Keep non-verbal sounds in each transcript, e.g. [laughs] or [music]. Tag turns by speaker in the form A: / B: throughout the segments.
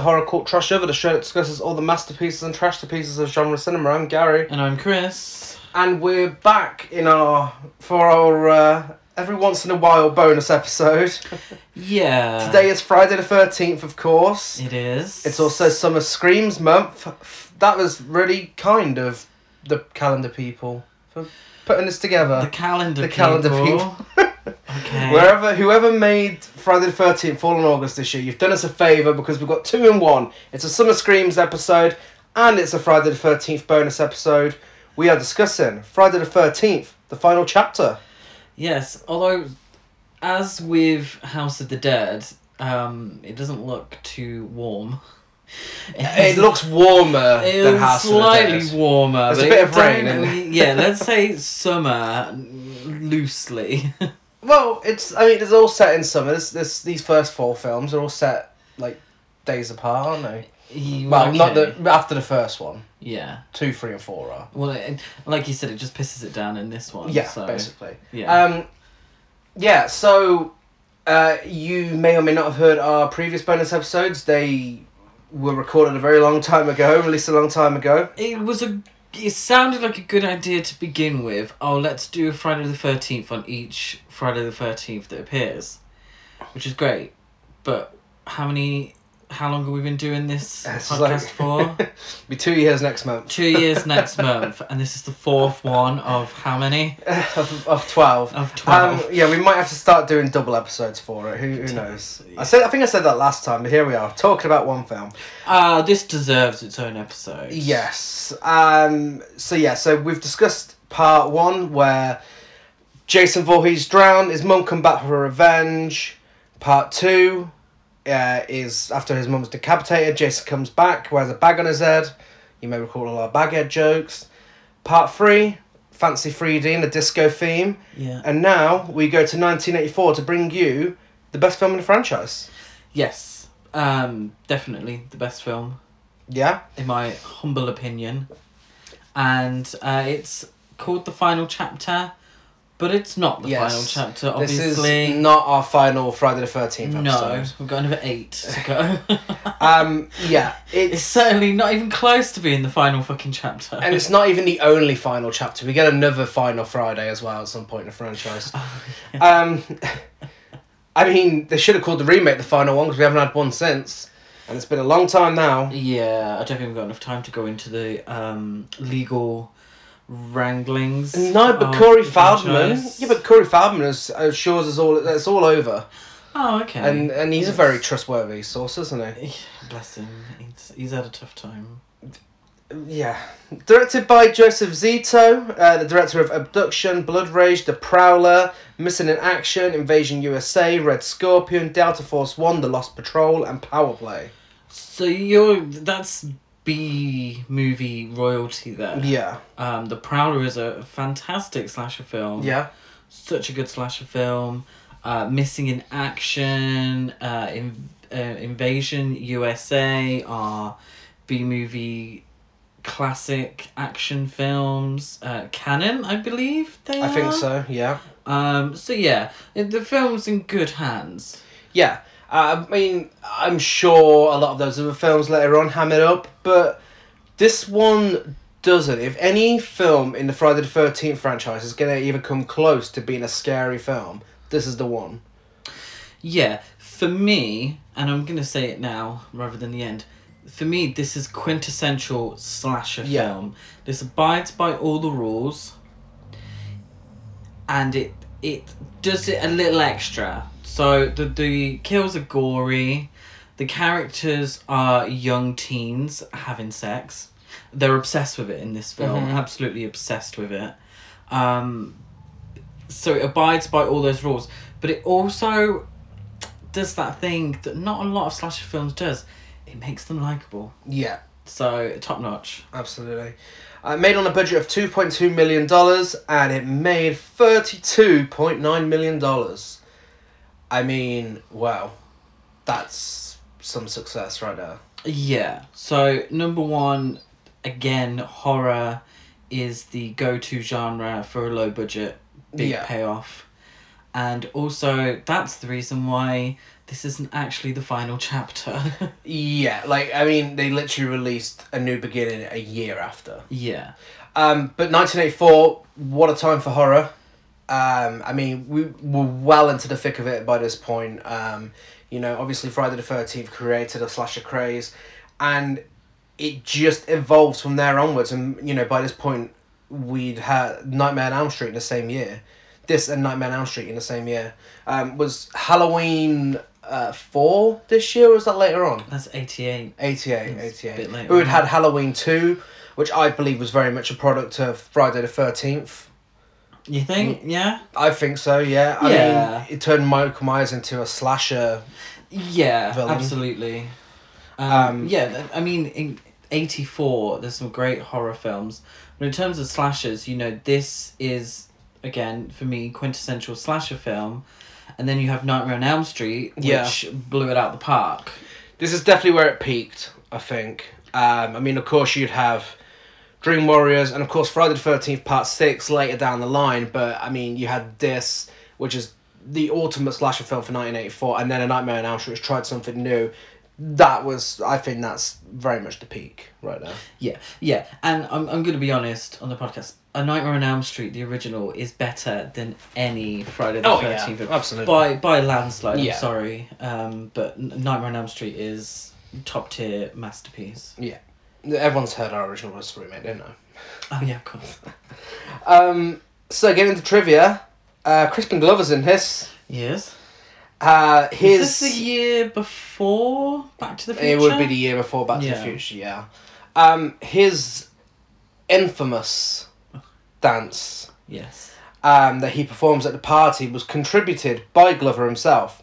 A: Horror Court Trash Over, the show that discusses all the masterpieces and trash to pieces of genre cinema. I'm Gary,
B: And I'm Chris.
A: and we're back in our for our uh, every once in a while bonus [laughs] episode.
B: Yeah.
A: Today is Friday the thirteenth, of course.
B: It is.
A: It's also Summer Screams month. That was really kind of the calendar people for putting this
B: the
A: together.
B: calendar.
A: the calendar
B: okay.
A: Wherever whoever made Friday the Thirteenth fall in August this year, you've done us a favour because we've got two in one. It's a Summer Screams episode and it's a Friday the Thirteenth bonus episode. We are discussing Friday the Thirteenth, the final chapter.
B: Yes, although, as with House of the Dead, um, it doesn't look too warm.
A: It looks warmer
B: It
A: than
B: was
A: House
B: slightly
A: of the Dead.
B: warmer.
A: There's
B: but
A: a bit
B: it
A: of rain
B: don't-
A: in
B: Yeah, let's
A: [laughs]
B: say summer loosely.
A: Well, it's I mean it's all set in summer. This, this these first four films are all set like days apart, aren't they?
B: You-
A: Well, not
B: okay,
A: the after the first one,
B: Yeah.
A: two, three, and four are.
B: Well, it, like you said, it just pisses it down in this one.
A: Yeah,
B: so,
A: basically.
B: Yeah.
A: Um, yeah, so uh, you may or may not have heard our previous bonus episodes. They were recorded a very long time ago, released a long time ago.
B: it was a it sounded like a good idea to begin with oh let's do a friday the 13th on each friday the 13th that appears which is great but how many how long have we been doing this
A: [laughs] It's
B: podcast
A: like-
B: for
A: [laughs] Be two years next month [laughs]
B: two years next month and this is the fourth one of how many
A: of, of twelve.
B: of
A: Um,
B: 12
A: yeah, we might have to start doing double episodes for it. Who, who knows? I said I think I said that last time, but here we are talking about one film.
B: Ah, this deserves its own episode
A: Yes. Um, so yeah, so we've discussed part one where Jason Voorhees drowned, his mum come back for revenge. Part two uh, is after his mum's decapitated, Jason comes back, wears a bag on his head. You may recall all our baghead jokes. Part three, Fancy 3D and the disco theme.
B: yeah
A: And now we go to 1984 to bring you the best film in the franchise.
B: yes um definitely the best film
A: Yeah?
B: in my humble opinion. And uh, it's called The Final Chapter, but it's not the
A: Yes.
B: final chapter,
A: This
B: obviously.
A: is not our final Friday the 13th episode.
B: no, we've got another eight to
A: [laughs]
B: go. [laughs]
A: Um, yeah,
B: it's
A: it's
B: certainly not even close to being the final fucking chapter.
A: and it's not even the only final chapter. We get another final Friday as well at some point in the franchise.
B: Oh,
A: Um, I mean, they should have called the remake the final one because we haven't had one since, and it's been a long time now.
B: yeah, I don't think we've got enough time to go into the um, legal wranglings.
A: No, but
B: of
A: Corey
B: Oh, the
A: Feldman.
B: franchise.
A: Yeah, but Corey Feldman is, assures us all that it's all over,
B: Oh, okay.
A: and and he's a very trustworthy source, isn't he?
B: Bless him. He's, he's had a tough time.
A: Yeah. Directed by Joseph Zito, uh, the director of Abduction, Blood Rage, The Prowler, Missing in Action, Invasion USA, Red Scorpion, Delta Force One, The Lost Patrol, and Power Play.
B: So you're that's B movie royalty there.
A: Yeah.
B: Um, The Prowler is a fantastic slasher film.
A: Yeah.
B: Such a good slasher film. Uh, Missing in Action, uh, in, uh, Invasion USA are B movie classic action films. Uh, canon, I believe they
A: I think
B: are.
A: so, yeah.
B: Um, so yeah, the- the film's in good hands.
A: Yeah. Uh, I mean, I'm sure a lot of those other films later on ham it up, but this one doesn't. If any film in the Friday the 13th franchise is going to even come close to being a scary film, this is the one.
B: Yeah, for me, and I'm gonna say it now rather than the end. For me, this is quintessential slasher
A: Yeah.
B: film. This abides by all the rules, and it it does it a little extra. So the the kills are gory, the characters are young teens having sex. They're obsessed with it in this film.
A: Mhm.
B: Absolutely obsessed with it. Um, so it abides by all those rules, but it also does that thing that not a lot of slasher films does. It makes them likable.
A: Yeah.
B: So top notch.
A: Absolutely. Uh, made on a budget of two point two million dollars, and it made thirty two point nine million dollars. I mean, wow, that's some success right there.
B: Yeah. So number one, again, horror is the go-to genre for a low budget, big
A: Yeah.
B: payoff, And also, that's the reason why this isn't actually the final chapter. [laughs]
A: Yeah, like I mean, they literally released a new beginning a year after.
B: yeah.
A: Um, but nineteen eighty four, what a time for horror. Um, I mean, we were well into the thick of it by this point. Um, you know, obviously Friday the Thirteenth created a slasher craze, and it just evolves from there onwards. And you know, by this point, we'd had Nightmare on Elm Street in the same year. This and Nightmare on Elm Street in the same year. Um, was Halloween uh, four this year? or Was that later on?
B: That's 88.
A: 88,
B: It's a
A: 88.
B: bit later
A: But we'd
B: on.
A: had Halloween 2, which I believe was very much a product of Friday the 13th.
B: You think? Yeah?
A: I think so, yeah. I
B: Yeah.
A: mean, it turned Michael Myers into a slasher.
B: Yeah,
A: Villain.
B: absolutely. Um,
A: Um,
B: yeah, th- I mean, in 84, there's some great horror films. But in terms of slashers, you know, this is, again, for me, quintessential slasher film. And then you have Nightmare on Elm Street, which
A: Yeah.
B: blew it out the park.
A: This is definitely where it peaked, I think. Um, I mean, of course, you'd have Dream Warriors and, of course, Friday the 13th Part 6 later down the line, but I mean, you had this, which is the ultimate slasher film for 1984, and then A Nightmare on Elm Street, which tried something new. That was, I think that's very much the peak right there.
B: Yeah, yeah. And I'm, I'm going to be honest on the podcast. A Nightmare on Elm Street, the original, is better than any Friday the
A: Oh, yeah,
B: 13th. film.
A: absolutely.
B: By, by a landslide,
A: Yeah.
B: I'm sorry. Um, but N- Nightmare on Elm Street is top tier masterpiece.
A: Yeah. Everyone's heard our original West remake, don't they?
B: Oh, yeah, of course.
A: Um, so getting into trivia, uh, Crispin Glover's in this.
B: Yes.
A: Uh, his
B: Is this the year before Back to the Future?
A: it would be the year before Back to the
B: Yeah.
A: Future, yeah. Um, his infamous dance
B: Yes.
A: um, that he performs at the party was contributed by Glover himself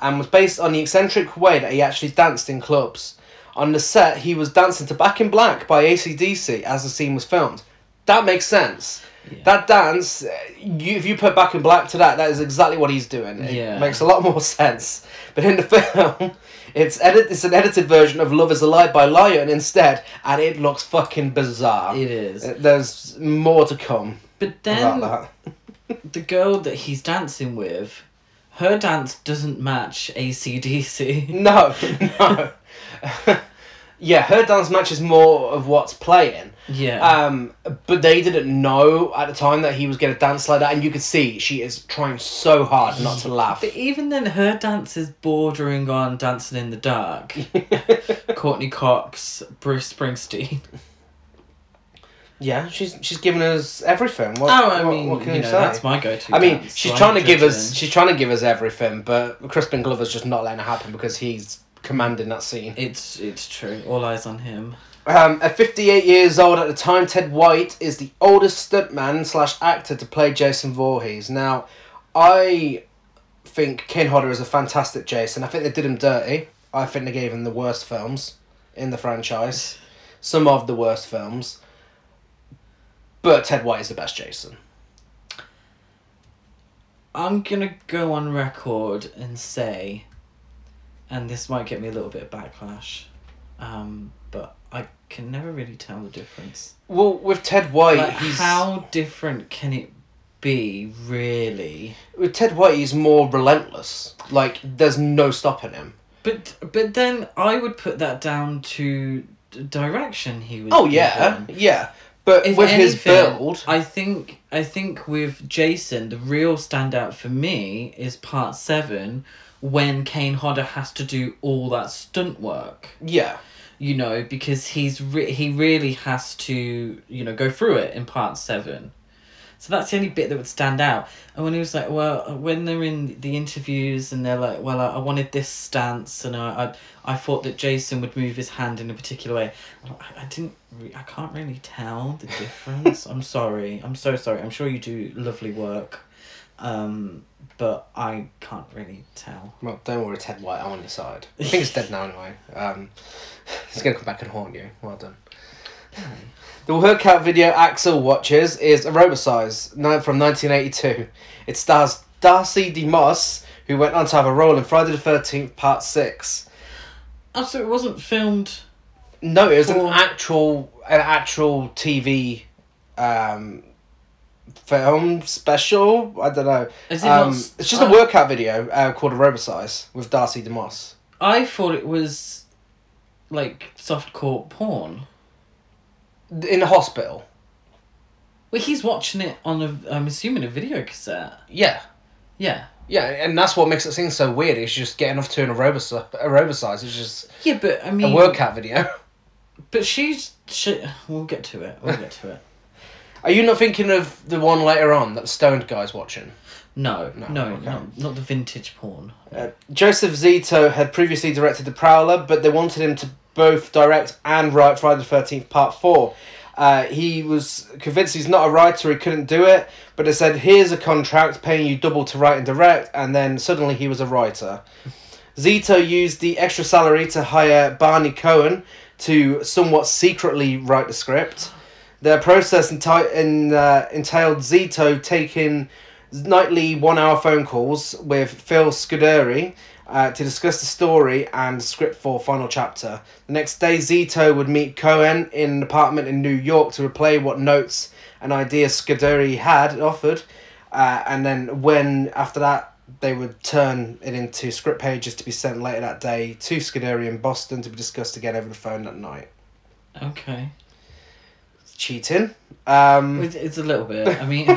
A: and was based on the eccentric way that he actually danced in clubs. On the set, he was dancing to Back in Black by ACDC as the scene was filmed. That makes sense.
B: Yeah.
A: That dance, uh, you, if you put Back in Black to that, that is exactly what he's doing. It
B: Yeah.
A: makes a lot more [laughs] sense. But in the film, it's edit. It's an edited version of Love Is a Lie by Lion instead, and it looks fucking bizarre.
B: It is.
A: Uh, There's more to come
B: But
A: about
B: then
A: that.
B: the girl that he's dancing with, her dance doesn't match ACDC.
A: [laughs] No, no. [laughs] yeah, her dance match is more of what's playing.
B: yeah.
A: Um, but they didn't know at the time that he was going to dance like that, and you could see she is trying so hard not to laugh.
B: But even then, her dance is bordering on Dancing in
A: [laughs]
B: the Dark. Courtney Cox, Bruce Springsteen.
A: yeah, she's she's giving us everything. [laughs] What,
B: Oh, I
A: what-
B: mean,
A: what can
B: you
A: you
B: know,
A: say?
B: that's my go-to.
A: I mean,
B: dance,
A: she's
B: so I'm
A: trying to give us
B: judging.
A: she's trying to give us everything, but Crispin Glover's just not letting it happen because he's commanding that scene.
B: It's it's true. All eyes on him.
A: Um, at 58 years old at the time, Ted White is the oldest stuntman slash actor to play Jason Voorhees. Now, I think Kane Hodder is a fantastic Jason. I think they did him dirty. I think they gave him the worst films in the franchise, some of the worst films. But Ted White is the best Jason.
B: I'm gonna go on record and say, and this might get me a little bit of backlash, um, but I can never really tell the difference.
A: Well, with Ted White,
B: Like,
A: he's
B: how different can it be, really?
A: with Ted White, he's more relentless. Like there's no stopping him.
B: But but then I would put that down to d- direction he was.
A: Oh yeah,
B: given.
A: yeah. But
B: If
A: with his
B: anything,
A: build,
B: I think I think with Jason, the real standout for me is part seven, when Kane Hodder has to do all that stunt work.
A: yeah.
B: You know, because he's re- he really has to you know go through it in part seven. So that's the only bit that would stand out. And when he was like, well, when they're in the interviews and they're like, well, I, I wanted this stance and I, I I thought that Jason would move his hand in a particular way. I'm like, I, I didn't, re- I can't really tell the difference. I'm sorry. I'm so sorry. I'm sure you do lovely work. Um, but I can't really tell.
A: Well, don't worry, Ted White, I'm on your side. I think it's dead now anyway. Um, he's going to come back and haunt you. Well done. The workout video Axel watches is Aerobicize ni- from 1982. It stars Darcy DeMoss, who went on to have a role in Friday the 13th, Part 6.
B: Oh, so it wasn't filmed.
A: No, it was an
B: For-
A: actual, an actual TV um, film special. I don't know.
B: Is it
A: Um,
B: not s-
A: it's just a
B: uh,
A: workout video uh, called Aerobicize with Darcy DeMoss.
B: I thought it was like softcore porn.
A: In a hospital.
B: Well, he's watching it on a, I'm assuming a video cassette.
A: Yeah.
B: Yeah.
A: Yeah, and that's what makes it seem so weird. It's just getting off to an aerobicize. aerobicize. It's just
B: Yeah, but I
A: a
B: mean,
A: workout video. [laughs]
B: but she's she. We'll get to it. We'll get to it.
A: Are you not thinking of the one later on that the stoned guy's watching?
B: No,
A: [laughs] No,
B: no,
A: okay.
B: not, not the vintage porn.
A: Uh, Joseph Zito had previously directed The Prowler, but they wanted him to both direct and write Friday the Thirteenth Part Four. Uh, he was convinced he's not a writer; he couldn't do it. But they said, "Here's a contract paying you double to write and direct," and then suddenly he was a writer. Zito used the extra salary to hire Barney Cohen to somewhat secretly write the script. Their process enti- in, uh, entailed Zito taking nightly one hour phone calls with Phil Scuderi uh, to discuss the story and script for final chapter. The next day, Zito would meet Cohen in an apartment in New York to replay what notes and ideas Scuderi had offered. Uh, and then, when after that, they would turn it into script pages to be sent later that day to Scuderi in Boston to be discussed again over the phone that night.
B: Okay,
A: Cheating. Um,
B: it's, it's a little bit.
A: [laughs]
B: I mean,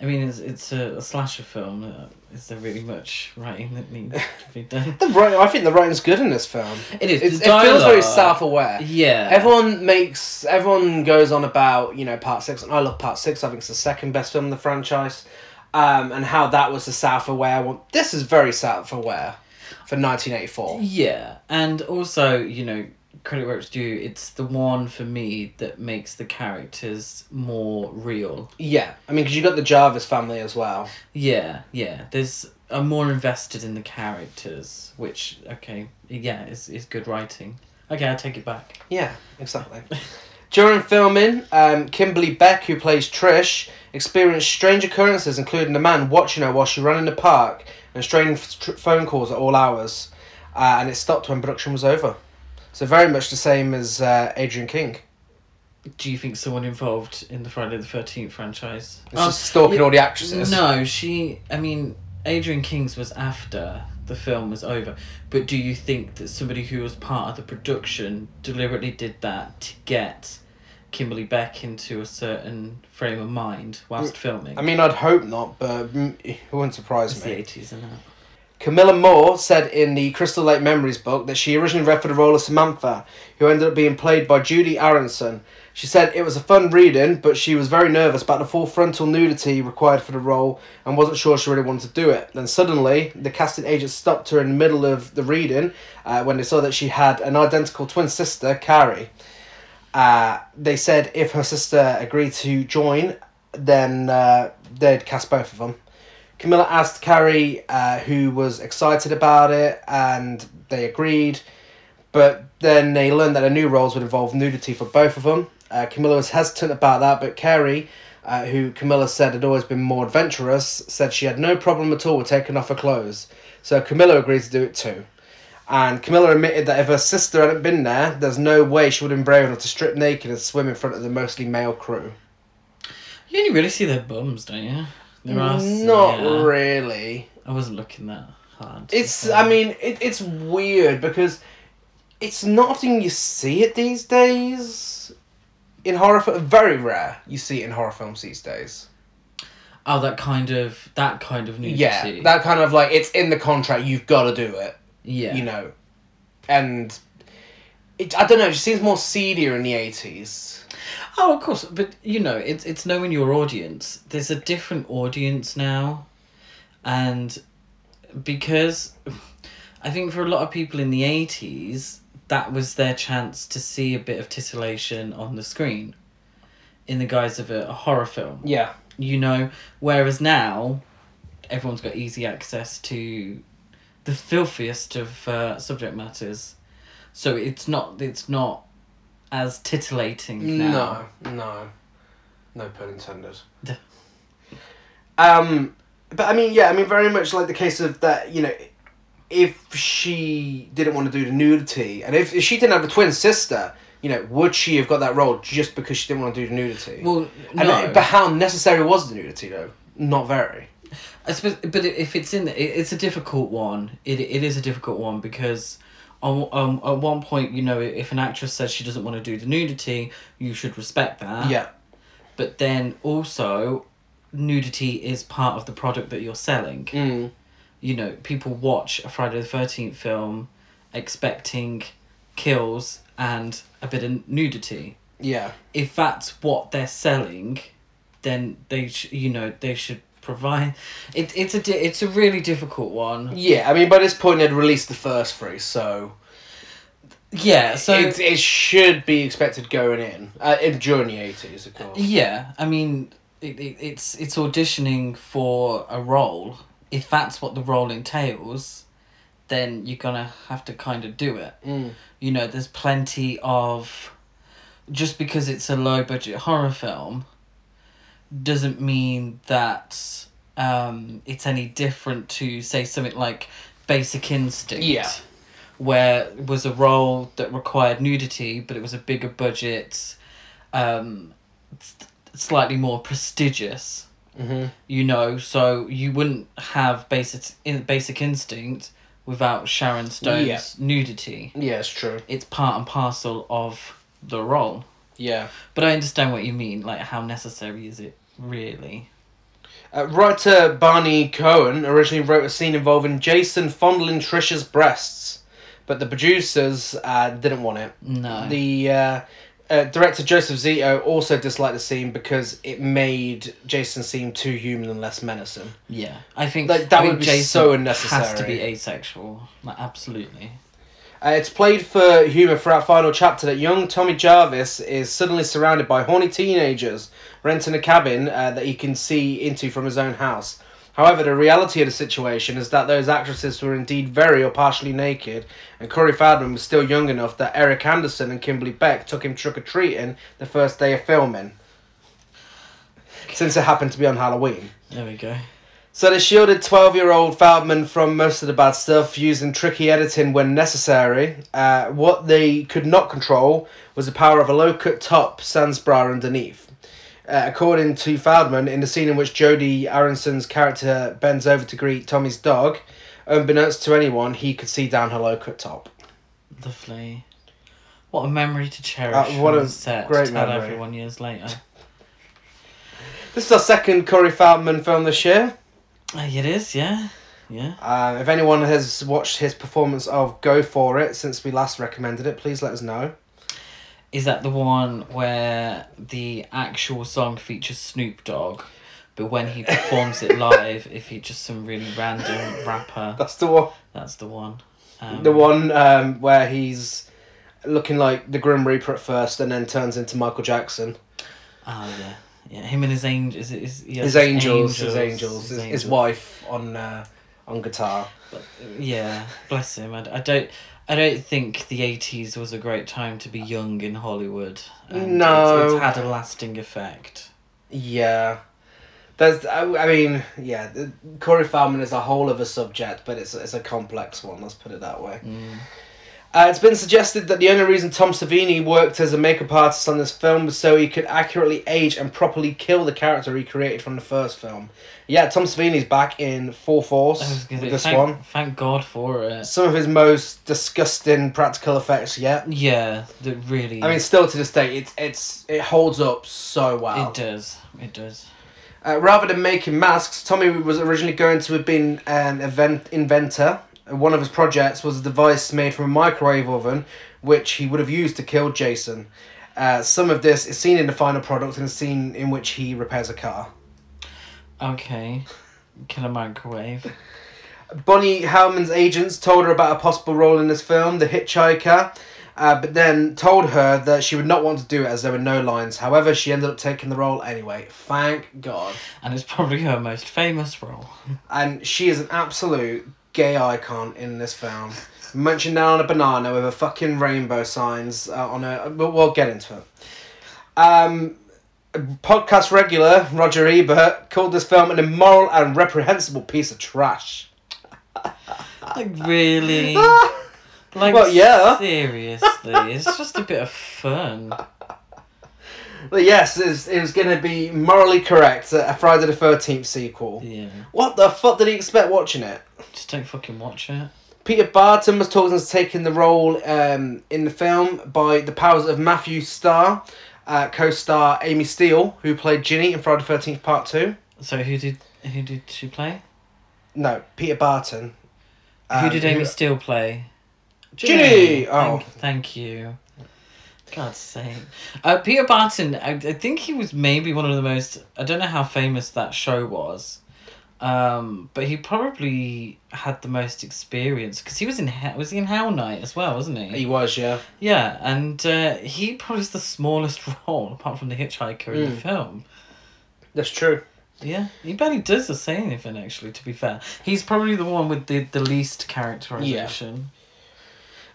B: I mean, it's it's a, a slasher film. Uh, is there really much writing that needs to
A: [laughs]
B: be done?
A: The writing, I think the writing's good in this film.
B: It is.
A: It,
B: the
A: it feels very
B: dialogue-
A: self-aware.
B: Yeah.
A: Everyone makes, everyone goes on about you know part six, and I love part six. I think it's the second best film in the franchise, um, and how that was the self-aware one. This is very self-aware for nineteen eighty-four.
B: Yeah, and also you know credit where it's due. It's the one for me that makes the characters more real.
A: Yeah, I mean, because you got the Jarvis family as well.
B: Yeah, yeah. There's I'm more invested in the characters, which okay, yeah, is is good writing. Okay, I take it back.
A: Yeah, exactly. During filming, um, Kimberly Beck, who plays Trish, experienced strange occurrences, including a man watching her while she ran in the park and strange f- tr- phone calls at all hours. Uh, and it stopped when production was over. So, very much the same as uh, Adrian King.
B: Do you think someone involved in the Friday the Thirteenth franchise?
A: It's just stalking all the actresses.
B: Oh, No, she. I mean, Adrian King's was after the film was over. But do you think that somebody who was part of the production deliberately did that to get Kimberly Beck into a certain frame of mind whilst filming?
A: Mm, I mean, I'd hope not, but mm, it wouldn't surprise
B: it's the
A: me.
B: eighties and that.
A: Camilla Moore said in the Crystal Lake Memories book that she originally read for the role of Samantha, who ended up being played by Judy Aronson. She said it was a fun reading, but she was very nervous about the full frontal nudity required for the role and wasn't sure she really wanted to do it. Then suddenly, the casting agent stopped her in the middle of the reading uh, when they saw that she had an identical twin sister, Carrie. Uh, they said if her sister agreed to join, then uh, they'd cast both of them. Camilla asked Carrie, uh, who was excited about it, and they agreed. But then they learned that the new roles would involve nudity for both of them. Uh, Camilla was hesitant about that, but Carrie, uh, who Camilla said had always been more adventurous, said she had no problem at all with taking off her clothes. So Camilla agreed to do it too. And Camilla admitted that if her sister hadn't been there, there's no way she would have been brave enough to strip naked and swim in front of the mostly male crew.
B: You only really see their bums, don't you? Their asses,
A: Mm, Not
B: yeah.
A: really.
B: I wasn't looking that hard.
A: It's.
B: uh,
A: I mean, it, it's weird because it's not often you see it these days. In horror, fi- very rare you see it in horror films these days.
B: oh, that kind of that kind of nudity.
A: Yeah, that kind of like it's in the contract. You've got to do it.
B: yeah.
A: You know, and it. I don't know. It just seems more seedier in the eighties.
B: Oh, of course, but you know, it's it's knowing your audience. There's a different audience now, and because I think for a lot of people in the eighties, that was their chance to see a bit of titillation on the screen, in the guise of a, a horror film.
A: Yeah.
B: You know, whereas now, everyone's got easy access to the filthiest of uh, subject matters, so it's not it's not as titillating now.
A: No, no, no pun intended. um, but I mean, yeah, I mean, very much like the case of that. You know, if she didn't want to do the nudity, and if, if she didn't have a twin sister, you know, would she have got that role just because she didn't want to do the nudity?
B: Well,
A: and
B: no.
A: but how necessary was the nudity though? Not very.
B: I suppose, but i- if it's in, the, it- it's a difficult one. It it is a difficult one because, on um, at one point, you know, if an actress says she doesn't want to do the nudity, you should respect that.
A: yeah.
B: But then also, nudity is part of the product that you're selling.
A: Mm.
B: You know, people watch a Friday the Thirteenth film, expecting kills and a bit of nudity.
A: Yeah.
B: If that's what they're selling, then they sh- you know they should provide. It, it's a di- it's a really difficult one.
A: Yeah. I mean, by this point they'd released the first three, so,
B: Yeah, so
A: it, it should be expected going in uh, in during the eighties, of course.
B: yeah, I mean, it, it, it's it's auditioning for a role. If that's what the role entails, then you're gonna have to kind of do it.
A: Mm.
B: You know, there's plenty of, just because it's a low budget horror film, doesn't mean that um, it's any different to say something like Basic Instinct.
A: Yeah.
B: Where it was a role that required nudity, but it was a bigger budget, um, s- slightly more prestigious.
A: Mhm.
B: You know, so you wouldn't have basic in Basic Instinct without Sharon Stone's
A: Yeah.
B: nudity.
A: Yeah, it's true.
B: It's part and parcel of the role.
A: Yeah.
B: But I understand what you mean. Like, how necessary is it really?
A: Uh, writer Barney Cohen originally wrote a scene involving Jason fondling Trisha's breasts, but the producers uh, didn't want it.
B: No.
A: The uh, uh, director Joseph Zito also disliked the scene because it made Jason seem too human and less menacing.
B: Yeah, I think
A: Like, that
B: I think
A: would be so
B: Has to
A: unnecessary.
B: be asexual, like, absolutely.
A: Uh, it's played for humour throughout final chapter that young Tommy Jarvis is suddenly surrounded by horny teenagers renting a cabin uh, that he can see into from his own house. However, the reality of the situation is that those actresses were indeed very or partially naked, and Corey Feldman was still young enough that Eric Anderson and Kimberly Beck took him trick or treating the first day of filming. Since it happened to be on Halloween.
B: There we go.
A: So they shielded 12 year old Feldman from most of the bad stuff using tricky editing when necessary. Uh, what they could not control was the power of a low cut top, sans bra underneath. Uh, according to Feldman, in the scene in which Jodie Aronson's character bends over to greet Tommy's dog, unbeknownst to anyone, he could see down her low cut top.
B: Lovely. What a memory to cherish.
A: Uh, what
B: from
A: a
B: the set
A: great
B: to tell
A: memory.
B: everyone years later.
A: This is our second Corey Feldman film this year.
B: Uh, it is, yeah, yeah.
A: Uh, if anyone has watched his performance of Go For It since we last recommended it, please let us know.
B: Is that the one where the actual song features Snoop Dogg, but when he performs it live, it features some really random rapper?
A: That's the one.
B: That's the one. Um,
A: The one um, where he's looking like the Grim Reaper at first, and then turns into Michael Jackson.
B: Oh yeah, yeah. Him and his angel. Is it his, he has
A: His angels, his
B: his
A: angels, his, his
B: angels.
A: wife on uh, on guitar.
B: Yeah, bless him. I, d- I don't. I don't think the eighties was a great time to be young in Hollywood. and
A: No.
B: it's, it's had a lasting effect.
A: Yeah, that's. I, I mean, yeah. the- Corey Feldman is a whole other subject, but it's it's a complex one. Let's put it that way.
B: Mm.
A: Uh, it's been suggested that the only reason Tom Savini worked as a makeup artist on this film was so he could accurately age and properly kill the character he created from the first film. Yeah, Tom Savini's back in full force
B: I was gonna
A: with
B: say,
A: this
B: thank,
A: one.
B: Thank God for it.
A: Some of his most disgusting practical effects yet.
B: Yeah, that really.
A: I mean, still to this day, it's it's it holds up so well.
B: it does. It does.
A: Uh, rather than making masks, Tommy was originally going to have been an event inventor. Uh, One of his projects was a device made from a microwave oven, which he would have used to kill Jason. Uh, some of this is seen in the final product and is seen in which he repairs a car.
B: Okay, killer microwave.
A: Bonnie Hellman's agents told her about a possible role in this film, The Hitchhiker, uh, but then told her that she would not want to do it as there were no lines. However, she ended up taking the role anyway. Thank God.
B: And it's probably her most famous role.
A: and she is an absolute gay icon in this film. Munching down on a banana with a fucking rainbow signs uh, on her, but we'll get into it. Um, podcast regular Roger Ebert called this film an immoral and reprehensible piece of trash. [laughs]
B: Like really,
A: Uh,
B: Like,
A: Well, yeah.
B: Seriously, it's just a bit of fun.
A: But yes, it was, it was going to be morally correct, uh, a Friday the 13th sequel.
B: Yeah.
A: What the fuck did he expect watching it?
B: Just don't fucking watch it.
A: Peter Barton was talking as taking the role um, in the film by the powers of Matthew Starr, uh, co-star Amy Steele, who played Ginny in Friday the 13th Part 2.
B: So who did who did she play?
A: No, Peter Barton.
B: who
A: Um,
B: did Amy Steele play?
A: Ginny! Oh.
B: Thank, thank you. God's sake. Uh, Peter Barton, I, I think he was maybe one of the most. I don't know how famous that show was, um, but he probably had the most experience because he was in He- was he in Hell Night as well, wasn't he?
A: He was, yeah.
B: Yeah, and uh, he probably is the smallest [laughs] role apart from the hitchhiker in the
A: Mm.
B: film.
A: That's true.
B: Yeah, he barely does or say anything. Actually, to be fair, he's probably the one with the, the least characterization.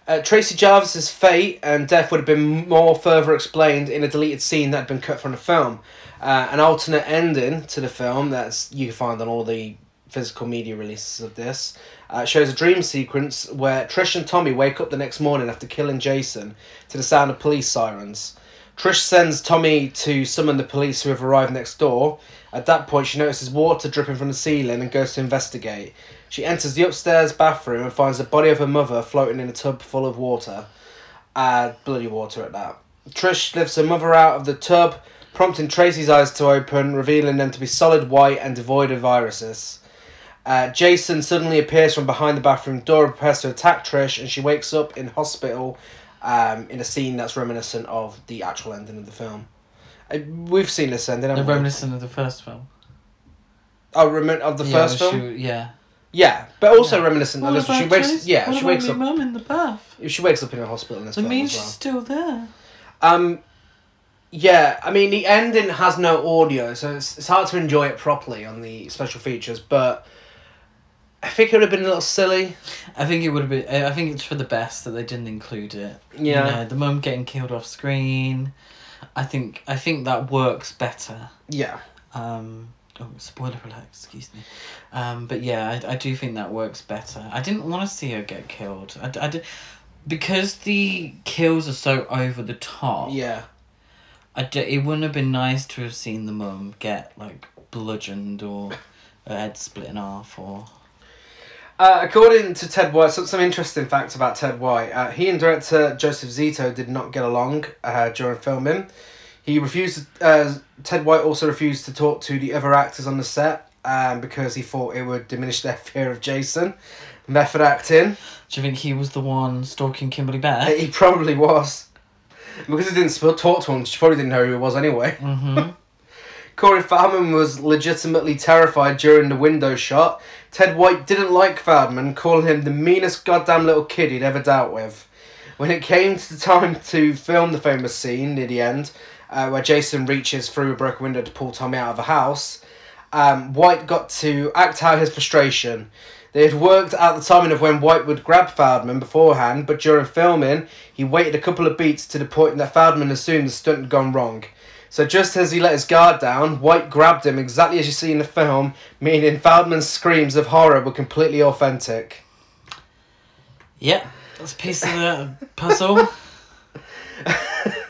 A: Uh, Tracy Jarvis's fate and death would have been more further explained in a deleted scene that had been cut from the film. Uh, an alternate ending to the film that's you can find on all the physical media releases of this uh, shows a dream sequence where Trish and Tommy wake up the next morning after killing Jason to the sound of police sirens. Trish sends Tommy to summon the police who have arrived next door. At that point, she notices water dripping from the ceiling and goes to investigate. She enters the upstairs bathroom and finds the body of her mother floating in a tub full of water. Uh, bloody water at that. Trish lifts her mother out of the tub, prompting Tracy's eyes to open, revealing them to be solid white and devoid of viruses. Uh, Jason suddenly appears from behind the bathroom door and prepares to attack Trish, and she wakes up in hospital um, in a scene that's reminiscent of the actual ending of the film. Uh, we've seen this ending,
B: They're
A: haven't we?
B: reminiscent of the first film.
A: oh, remin- of the
B: yeah,
A: first
B: she-
A: film?
B: yeah.
A: Yeah, but also
B: Yeah.
A: reminiscent of this one. She wakes, yeah, she wakes up.
B: mum in the bath.
A: She wakes up in a hospital in this
B: That
A: film
B: means
A: as well.
B: she's still there.
A: Um, yeah, I mean the ending has no audio, so it's, it's hard to enjoy it properly on the special features. But I think it would have been a little silly.
B: I think it would have been. I I think it's for the best that they didn't include it.
A: Yeah,
B: You know, the mum getting killed off screen. I think. I think that works better.
A: yeah.
B: Um, oh, spoiler alert, excuse me. Um, but yeah, I, I do think that works better. I didn't want to see her get killed. I, d- I did, because the kills are so over the top.
A: Yeah,
B: I d- it wouldn't have been nice to have seen the mum get, like, bludgeoned or her head split in half or.
A: uh, according to Ted White, some, some interesting facts about Ted White. Uh, he and director Joseph Zito did not get along uh, during filming. He refused. Uh, Ted White also refused to talk to the other actors on the set um, because he thought it would diminish their [laughs] fear of Jason. Method acting. [laughs]
B: Do you think he was the one stalking Kimberly
A: Uh,
B: Bear?
A: He probably was. Because he didn't sp- talk to him, she probably didn't know who he was anyway.
B: Mm-hmm.
A: Corey Feldman was legitimately terrified during the window shot. Ted White didn't like Feldman, calling him the meanest goddamn little kid he'd ever dealt with. When it came to the time to film the famous scene near the end, uh, where Jason reaches through a broken window to pull Tommy out of a house, um, White got to act out his frustration. They had worked out the timing of when White would grab Feldman beforehand, but during filming, he waited a couple of beats to the point that Feldman assumed the stunt had gone wrong. So just as he let his guard down, White grabbed him exactly as you see in the film, meaning Feldman's screams of horror were completely authentic.
B: Yeah, that's a piece of the puzzle. Oh,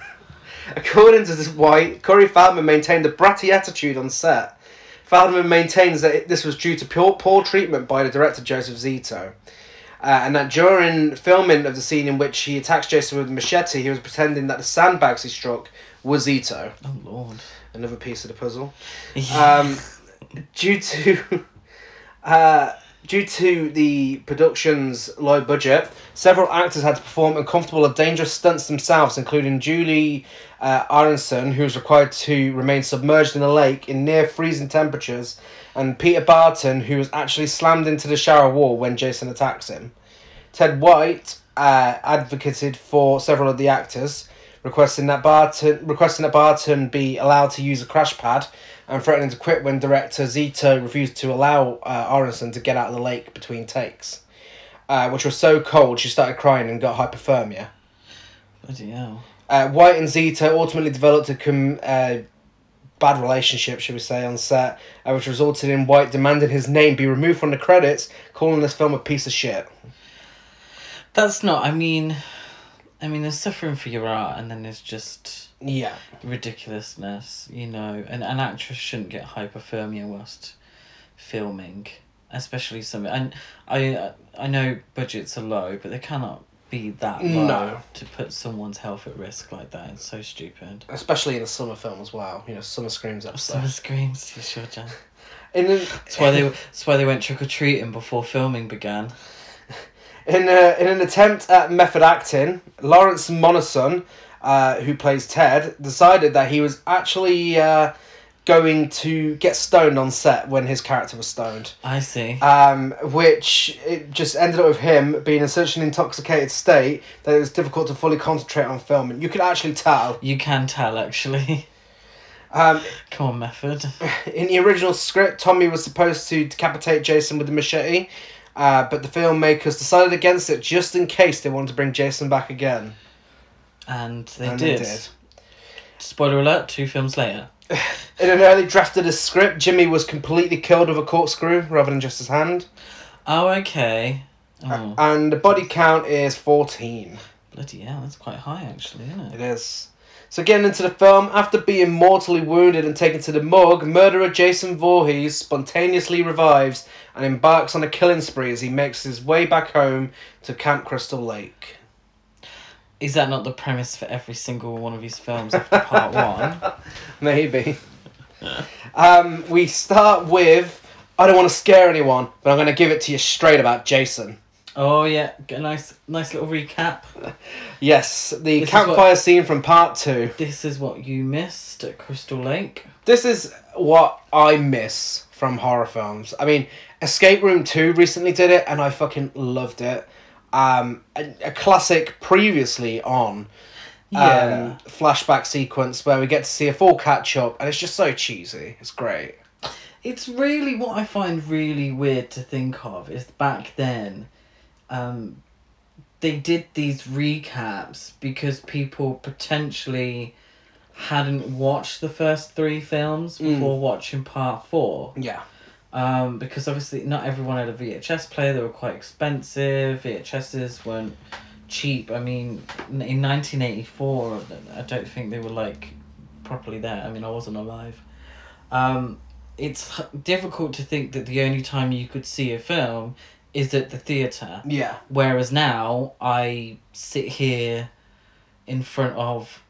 A: According to this White, Corey Feldman maintained a bratty attitude on set. Feldman maintains that it, this was due to poor, poor treatment by the director Joseph Zito. Uh, and that during filming of the scene in which he attacks Jason with a machete, he was pretending that the sandbags he struck were Zito.
B: oh, Lord.
A: Another piece of the puzzle. um, due to [laughs] uh, due to the production's low budget, several actors had to perform uncomfortable or dangerous stunts themselves, including Julie uh, Aronson, who was required to remain submerged in a lake in near freezing temperatures, and Peter Barton, who was actually slammed into the shower wall when Jason attacks him. Ted White uh, advocated for several of the actors, requesting that Barton requesting that Barton be allowed to use a crash pad, and threatening to quit when director Zito refused to allow uh, Aronson to get out of the lake between takes, uh, which was so cold she started crying and got hypothermia.
B: Bloody hell.
A: Uh, White and Zito ultimately developed a com- uh, bad relationship, should we say, on set, uh, which resulted in White demanding his name be removed from the credits, calling this film a piece of shit.
B: That's not. I mean, I mean, there's suffering for your art, and then there's just
A: Yeah.
B: ridiculousness, you know. And an actress shouldn't get hypothermia whilst filming, especially something. And I, I know budgets are low, but they cannot be that low
A: No.
B: to put someone's health at risk like that. It's so stupid.
A: Especially in a summer film as well. You know, summer screams up
B: Someone
A: stuff.
B: screams, you sure, Jan?
A: In an,
B: That's why they. That's why they went trick or treating before filming began.
A: in, a, in an attempt at method acting, Lawrence Monason, uh, who plays Ted, decided that he was actually uh, going to get stoned on set when his character was stoned.
B: I see.
A: um, which it just ended up with him being in such an intoxicated state that it was difficult to fully concentrate on film, and you could actually tell.
B: you can tell, actually. [laughs]
A: Um,
B: Come on, method.
A: in the original script, Tommy was supposed to decapitate Jason with a machete, uh, but the filmmakers decided against it just in case they wanted to bring Jason back again.
B: And they,
A: And
B: did. Spoiler alert: two films later.
A: In an early draft of the script, Jimmy was completely killed with a corkscrew rather than just his hand,
B: Oh, okay. Oh,
A: and the body count is 14.
B: bloody hell! That's quite high, actually,
A: It
B: isn't it?
A: is. So getting into the film, after being mortally wounded and taken to the morgue, murderer Jason Voorhees spontaneously revives and embarks on a killing spree as he makes his way back home to Camp Crystal Lake. [laughs]
B: Is that not the premise for every single one of his films after part one? [laughs]
A: Maybe. um, we start with I don't want to scare anyone, but I'm going to give it to you straight about Jason.
B: Oh yeah, a nice, nice little recap.
A: Yes, the
B: This is what-
A: campfire scene from part two.
B: This is what you missed at Crystal Lake.
A: This is what I miss from horror films. I mean, Escape Room 2 recently did it and I fucking loved it. Um, a, a classic previously on um,
B: Yeah.
A: flashback sequence where we get to see a full catch up and it's just so cheesy. It's great.
B: It's really what I find really weird to think of is back then, um, they did these recaps because people potentially hadn't watched the first three films before watching part four.
A: Yeah.
B: Um, because obviously not everyone had a VHS player, they were quite expensive, VHSs weren't cheap. I mean, n- in 1984, I don't think they were like properly there. I mean, I wasn't alive. Um, it's h- difficult to think that the only time you could see a film is at the theatre.
A: Yeah.
B: Whereas now I sit here in front of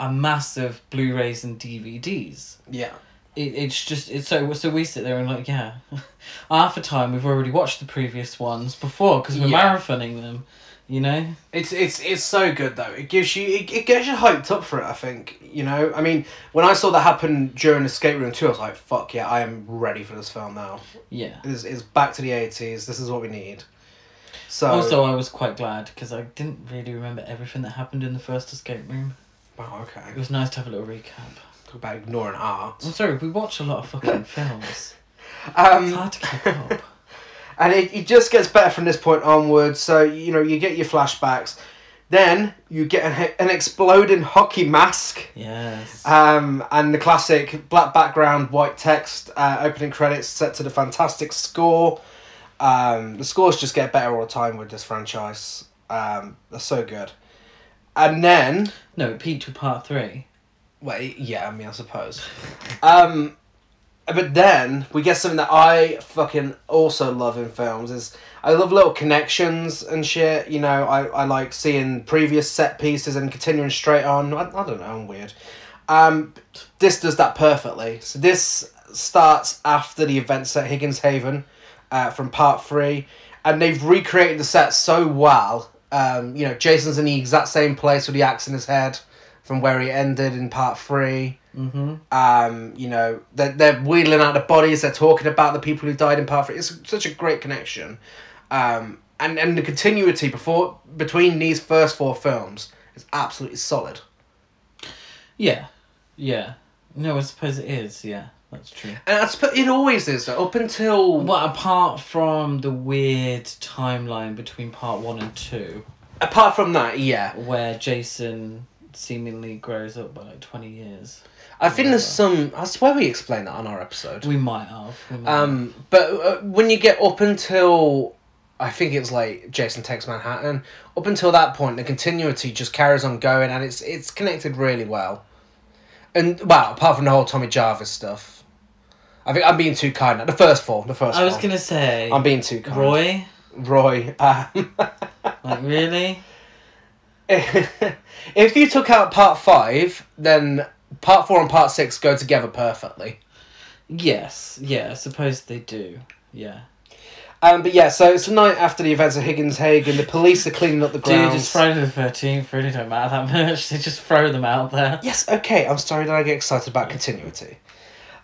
B: a massive Blu-rays and DVDs
A: Yeah.
B: it, it's just it's so so we sit there and like yeah [laughs] half the time we've already watched the previous ones before because we're
A: Yeah.
B: marathoning them you know
A: It's it's it's so good though. It gives you it, it gets you hyped up for it. I think you know. I mean, when I saw that happen during Escape Room Two, I was like, "Fuck yeah, I am ready for this film now."
B: yeah
A: It's, it's back to the eighties. This is what we need. So
B: also i was quite glad because i didn't really remember everything that happened in the first escape room
A: Wow,
B: it
A: okay.
B: was nice to have a little recap
A: Talk about ignoring
B: i'm
A: art.
B: sorry we watch a lot of fucking films it's
A: [laughs] Um,
B: hard to
A: [laughs]
B: keep up
A: and it, it just gets better from this point onwards. So, you know, you get your flashbacks. Then you get an, an exploding hockey mask.
B: yes
A: Um, and the classic black background, white text, uh, opening credits set to the fantastic score. Um, the scores just get better all the time with this franchise. Um, they're so good. And then
B: no it peaked with part three
A: Well, yeah, I mean, I suppose. [laughs] Um, but then we get something that I fucking also love in films is I love little connections and shit. You know, I, I like seeing previous set pieces and continuing straight on. I, I don't know, I'm weird. Um, this does that perfectly. So this starts after the events at Higgins Haven uh, from part three, and they've recreated the set so well. Um, you know, Jason's in the exact same place with the axe in his head from where he ended in part three.
B: mm-hmm
A: Um, you know, they're, they're wheeling out the bodies, they're talking about the people who died in part three. It's such a great connection. Um, and, and the continuity before between these first four films is absolutely solid.
B: yeah yeah no i suppose it is yeah that's true
A: And I suppose it always is, though, up until.
B: Well, apart from the weird timeline between part one and two,
A: Apart from that, yeah.
B: where Jason seemingly grows up by like 20 years,
A: I think there's some. I swear we explained that on our episode.
B: we might have. We might
A: Um, but uh, when you get up until I think it's like Jason Takes Manhattan. Up until that point, the continuity just carries on going, and it's it's connected really well. And well, apart from the whole Tommy Jarvis stuff, I think I'm being too kind. now. The first four, the first.
B: I was
A: four.
B: gonna say
A: I'm being too kind.
B: Roy.
A: Roy. Um,
B: Like really?
A: [laughs] if you took out part five, then part four and part six go together perfectly.
B: Yes. Yeah. I suppose they do. Yeah.
A: Um, but yeah, so it's the night after the events of Higgins Hagen. The police are cleaning up the
B: Dude,
A: grounds.
B: it's Friday the Thirteenth. Really don't matter that much. [laughs] They just throw them out there.
A: Yes, okay, I'm sorry that I get excited about continuity.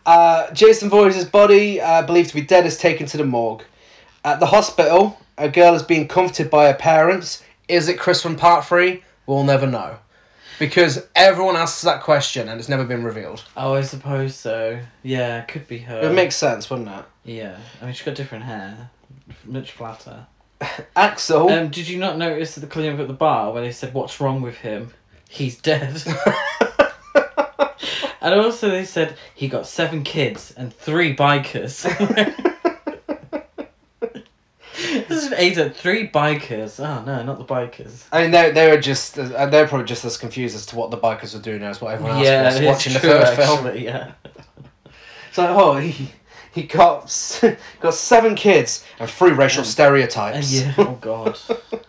A: Uh, Jason Voorhees' body, uh, believed to be dead, is taken to the morgue. At the hospital, a girl is being comforted by her parents. Is it Chris from part three? We'll never know. Because everyone asks that question and it's never been revealed.
B: Oh, I suppose so. Yeah, could be her.
A: It would make sense, wouldn't it?
B: Yeah, I mean she's got different hair, much flatter.
A: Axel.
B: Um, did you not notice at the cleanup at the bar where they said, "What's wrong with him? He's dead."
A: [laughs]
B: and also they said he got seven kids and three
A: [laughs]
B: bikers.
A: Um,
B: this is aids at three bikers. Oh no, not the bikers.
A: I mean, they they were just uh, they're probably just as confused as to what the bikers were doing as what everyone else
B: yeah,
A: was
B: it's
A: watching the
B: true,
A: third
B: actually,
A: film.
B: Yeah.
A: So oh he he got s- [laughs] got seven kids and three racial
B: And
A: stereotypes.
B: Mm. yeah. Oh god.
A: [laughs]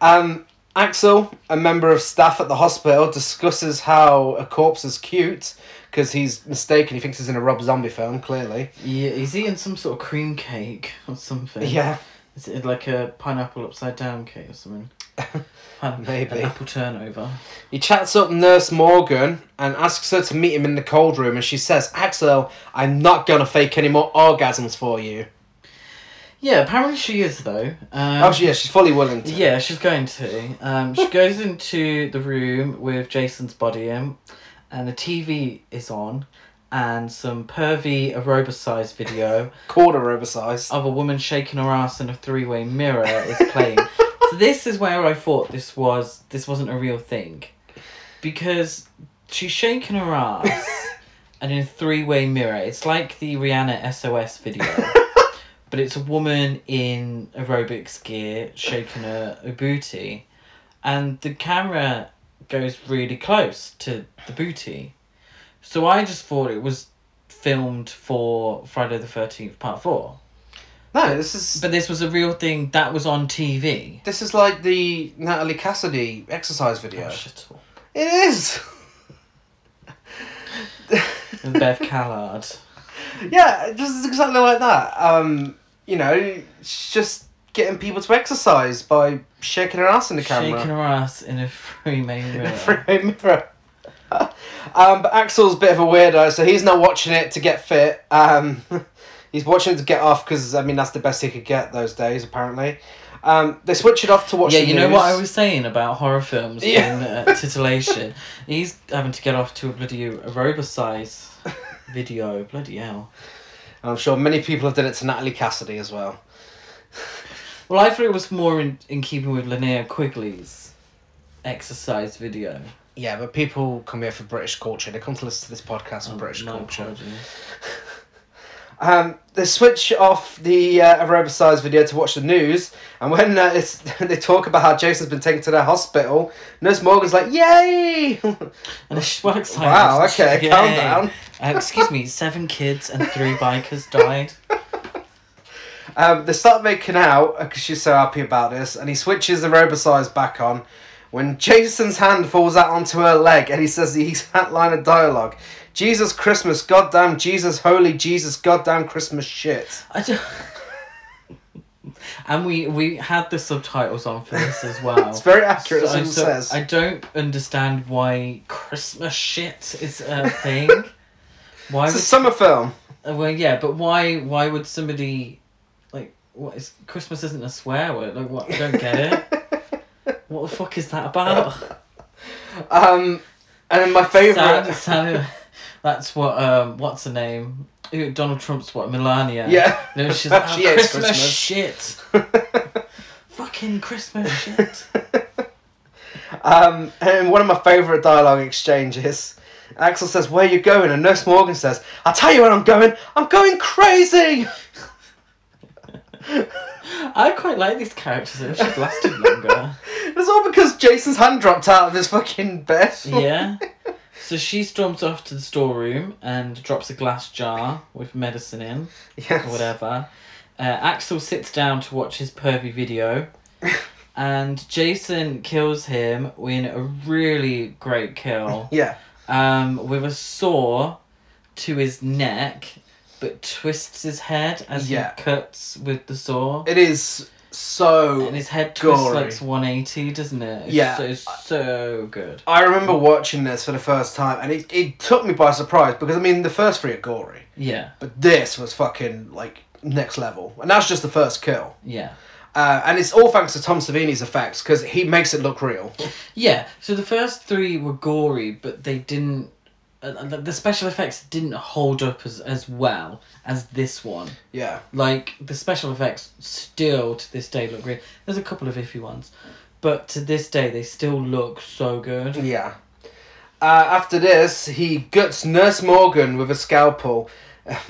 A: Um, Axel, a member of staff at the hospital, discusses how a corpse is cute because he's mistaken. He thinks he's in a Rob Zombie film. Clearly,
B: [laughs] Yeah, he's eating some sort of cream cake or something.
A: yeah.
B: Is it like a pineapple upside down cake or something? Pine-
A: [laughs] Maybe.
B: An apple turnover.
A: He chats up Nurse Morgan and asks her to meet him in the cold room, and she says, "Axel, I'm not gonna fake any more orgasms for you."
B: Yeah, apparently she is though. Um,
A: oh, yeah, she's fully willing to.
B: yeah, she's going to. Um, she goes into the room with Jason's body in, and the TV is on, and some pervy aerobicized video
A: Quarter oversized.
B: of a woman shaking her ass in a three-way mirror is playing. so this is where I thought this was this wasn't a real thing, because she's shaking her ass and in a three-way mirror. It's like the Rihanna SOS video, but it's a woman in aerobics gear shaking her, her booty, and the camera goes really close to the booty. So I just thought it was filmed for Friday the 13th part 4.
A: [laughs] No, this is
B: But this was a real thing that was on TV.
A: this is like the Natalie Cassidy exercise video.
B: Oh, shit all.
A: It is.
B: And Bev Callard.
A: [laughs] Yeah, just exactly like that. Um, you know, she's just getting people to exercise by shaking her ass in the camera.
B: Shaking her ass in a free main mirror.
A: [laughs] Frame mirror. um, but Axel's a bit of a weirdo, so he's not watching it to get fit. Um, [laughs] he's watching it to get off because I mean that's the best he could get those days apparently. Um, they switch it off to watch.
B: yeah,
A: the
B: you know what I
A: news.
B: was saying about horror films
A: Yeah.
B: and uh, titillation? He's having to get off to a
A: [laughs]
B: bloody aerobicize video. Bloody hell.
A: And I'm sure many people have done it to Natalie Cassidy as well.
B: Well, I thought it was more in, in keeping with Linnea Quigley's exercise video.
A: Yeah, but people come here for British culture. They come to listen to this podcast for British
B: Oh, No
A: culture.
B: apologies.
A: Um, they switch off the uh, aerobicized video to watch the news, and when uh, it's, [laughs] they talk about how Jason's been taken to the hospital, Nurse Morgan's like, "Yay!" [laughs]
B: And she works like
A: wow. Okay, calm
B: Yay.
A: down.
B: Uh, excuse me, seven kids and three
A: [laughs]
B: bikers died.
A: Um, they start making out because she's so happy about this, and he switches the robicide back on. When Jason's hand falls out onto her leg, and he says he's that [laughs] line of dialogue: "Jesus Christmas, goddamn Jesus, holy Jesus, goddamn Christmas shit."
B: I don't... and we we had the subtitles on for this as
A: [laughs]
B: well.
A: It's very accurate, as
B: So-
A: it
B: so
A: says.
B: I don't understand why Christmas shit
A: [laughs]
B: is a thing. why?
A: It's a
B: Would,
A: summer film.
B: uh, well, yeah, but why? Why would somebody like what is Christmas? Isn't a swear word? Like what? I don't get
A: [laughs]
B: it. What the fuck is that about?
A: Um, and then my
B: Sam,
A: Uh, favorite.
B: Sam, that's what. Um, what's her name? Who- Donald Trump's what? Melania.
A: Yeah.
B: No, she's
A: [laughs]
B: like,
A: She
B: "Oh,
A: hates
B: Christmas,
A: Christmas."
B: shit.
A: [laughs]
B: Fucking Christmas shit.
A: [laughs] um, and one of my favorite dialogue exchanges. Axel says, "Where you going?" And Nurse Morgan says, "I'll tell you where I'm going. I'm going crazy."
B: I quite like these characters. I wish they'd lasted longer.
A: [laughs] It's all because Jason's hand dropped out of his fucking bed.
B: [laughs]
A: [laughs]
B: yeah. So she storms off to the storeroom and drops a glass jar with medicine in
A: Yes.
B: or whatever. Uh, Axel sits down to watch his pervy [laughs] video, and Jason kills him in a really great kill
A: Yeah.
B: um, with a saw to his neck, but twists his head as
A: Yeah.
B: he cuts with the saw.
A: It is so.
B: And his head twists
A: Gory.
B: like 180, doesn't it? It's
A: Yeah.
B: So, it's so good.
A: I remember watching this for the first time, and it, it took me by surprise because I mean the first three are gory,
B: Yeah,
A: but this was fucking like next level, and that's just the first kill.
B: yeah.
A: Uh, and it's all thanks to Tom Savini's effects because he makes it look real.
B: Yeah, so the first three were gory, but they didn't. Uh, the, the special effects didn't hold up as, as well as this one.
A: Yeah,
B: Like, the special effects still to this day look great. There's a couple of iffy ones, but to this day they still look so good.
A: yeah. Uh, after this, he guts Nurse Morgan with a scalpel. [laughs]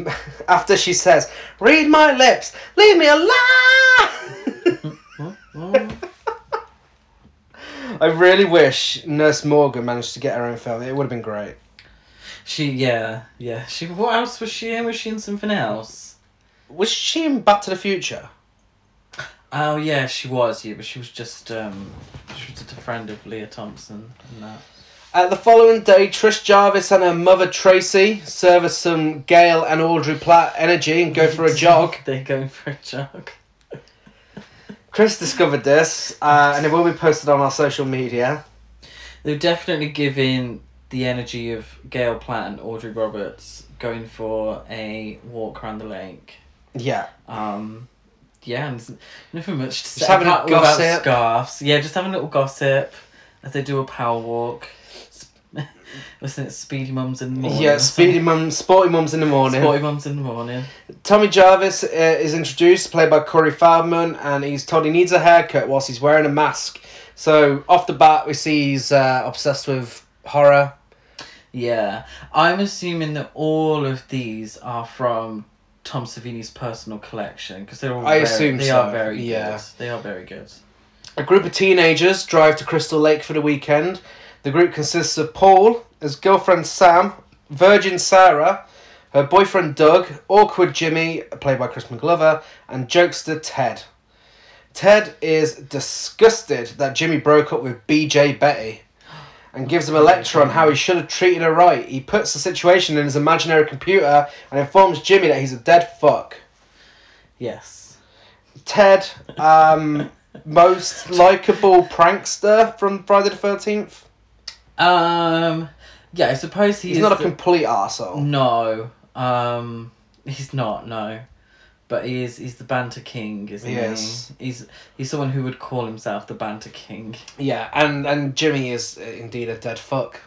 A: after she says, "Read my lips, leave me alone."
B: Oh,
A: [laughs] I really wish Nurse Morgan managed to get her own film. It would have been great.
B: she, yeah, yeah. She. What else was she in? Was she in something else?
A: Was she in Back to the Future?
B: Oh yeah, she was. Yeah, but she was just um, she was just a friend of Leah Thompson and that.
A: Uh, the following day, Trish Jarvis and her mother Tracy service some Gail and Audrey Platt energy and go for a jog.
B: [laughs] They're going for a jog.
A: Chris discovered this, uh, and it will be posted on our social media.
B: They're definitely giving the energy of Gail Platt and Audrey Roberts going for a walk around the lake.
A: Yeah,
B: Um, yeah, and there's nothing much to say
A: Just having a
B: about without
A: gossip.
B: scarves. Yeah, just having a little gossip as they do a
A: [laughs]
B: power walk. Sp- Listen, it's Speedy Mums in the morning.
A: yeah. Speedy mum, sporty mums in the morning.
B: Sporty Mums in the morning.
A: Tommy Jarvis uh, is introduced, played by Corey Feldman, and he's told he needs a haircut whilst he's wearing a mask. So off the bat, we see he's uh, obsessed with horror.
B: Yeah, I'm assuming that all of these are from Tom Savini's personal collection because they're all.
A: I
B: very,
A: assume
B: they
A: so,
B: are very
A: yeah.
B: good. They are very good.
A: A group of teenagers drive to Crystal Lake for the weekend. The group consists of Paul, his girlfriend Sam, virgin Sarah, her boyfriend Doug, awkward Jimmy, played by Chris McGlover, and jokester Ted. Ted is disgusted that Jimmy broke up with BJ Betty and gives him a lecture on how he should have treated her right. He puts the situation in his imaginary computer and informs Jimmy that he's a dead fuck.
B: Yes.
A: Ted, [laughs] um, most likable prankster from Friday the Thirteenth.
B: Um. Yeah, I suppose he
A: He's
B: is
A: not a
B: the-
A: complete arsehole.
B: no. Um. He's not. No. But he is. He's the banter king, isn't
A: Yes.
B: he? He's he's someone who would call himself the banter king.
A: Yeah, and and Jimmy is uh, indeed a dead fuck.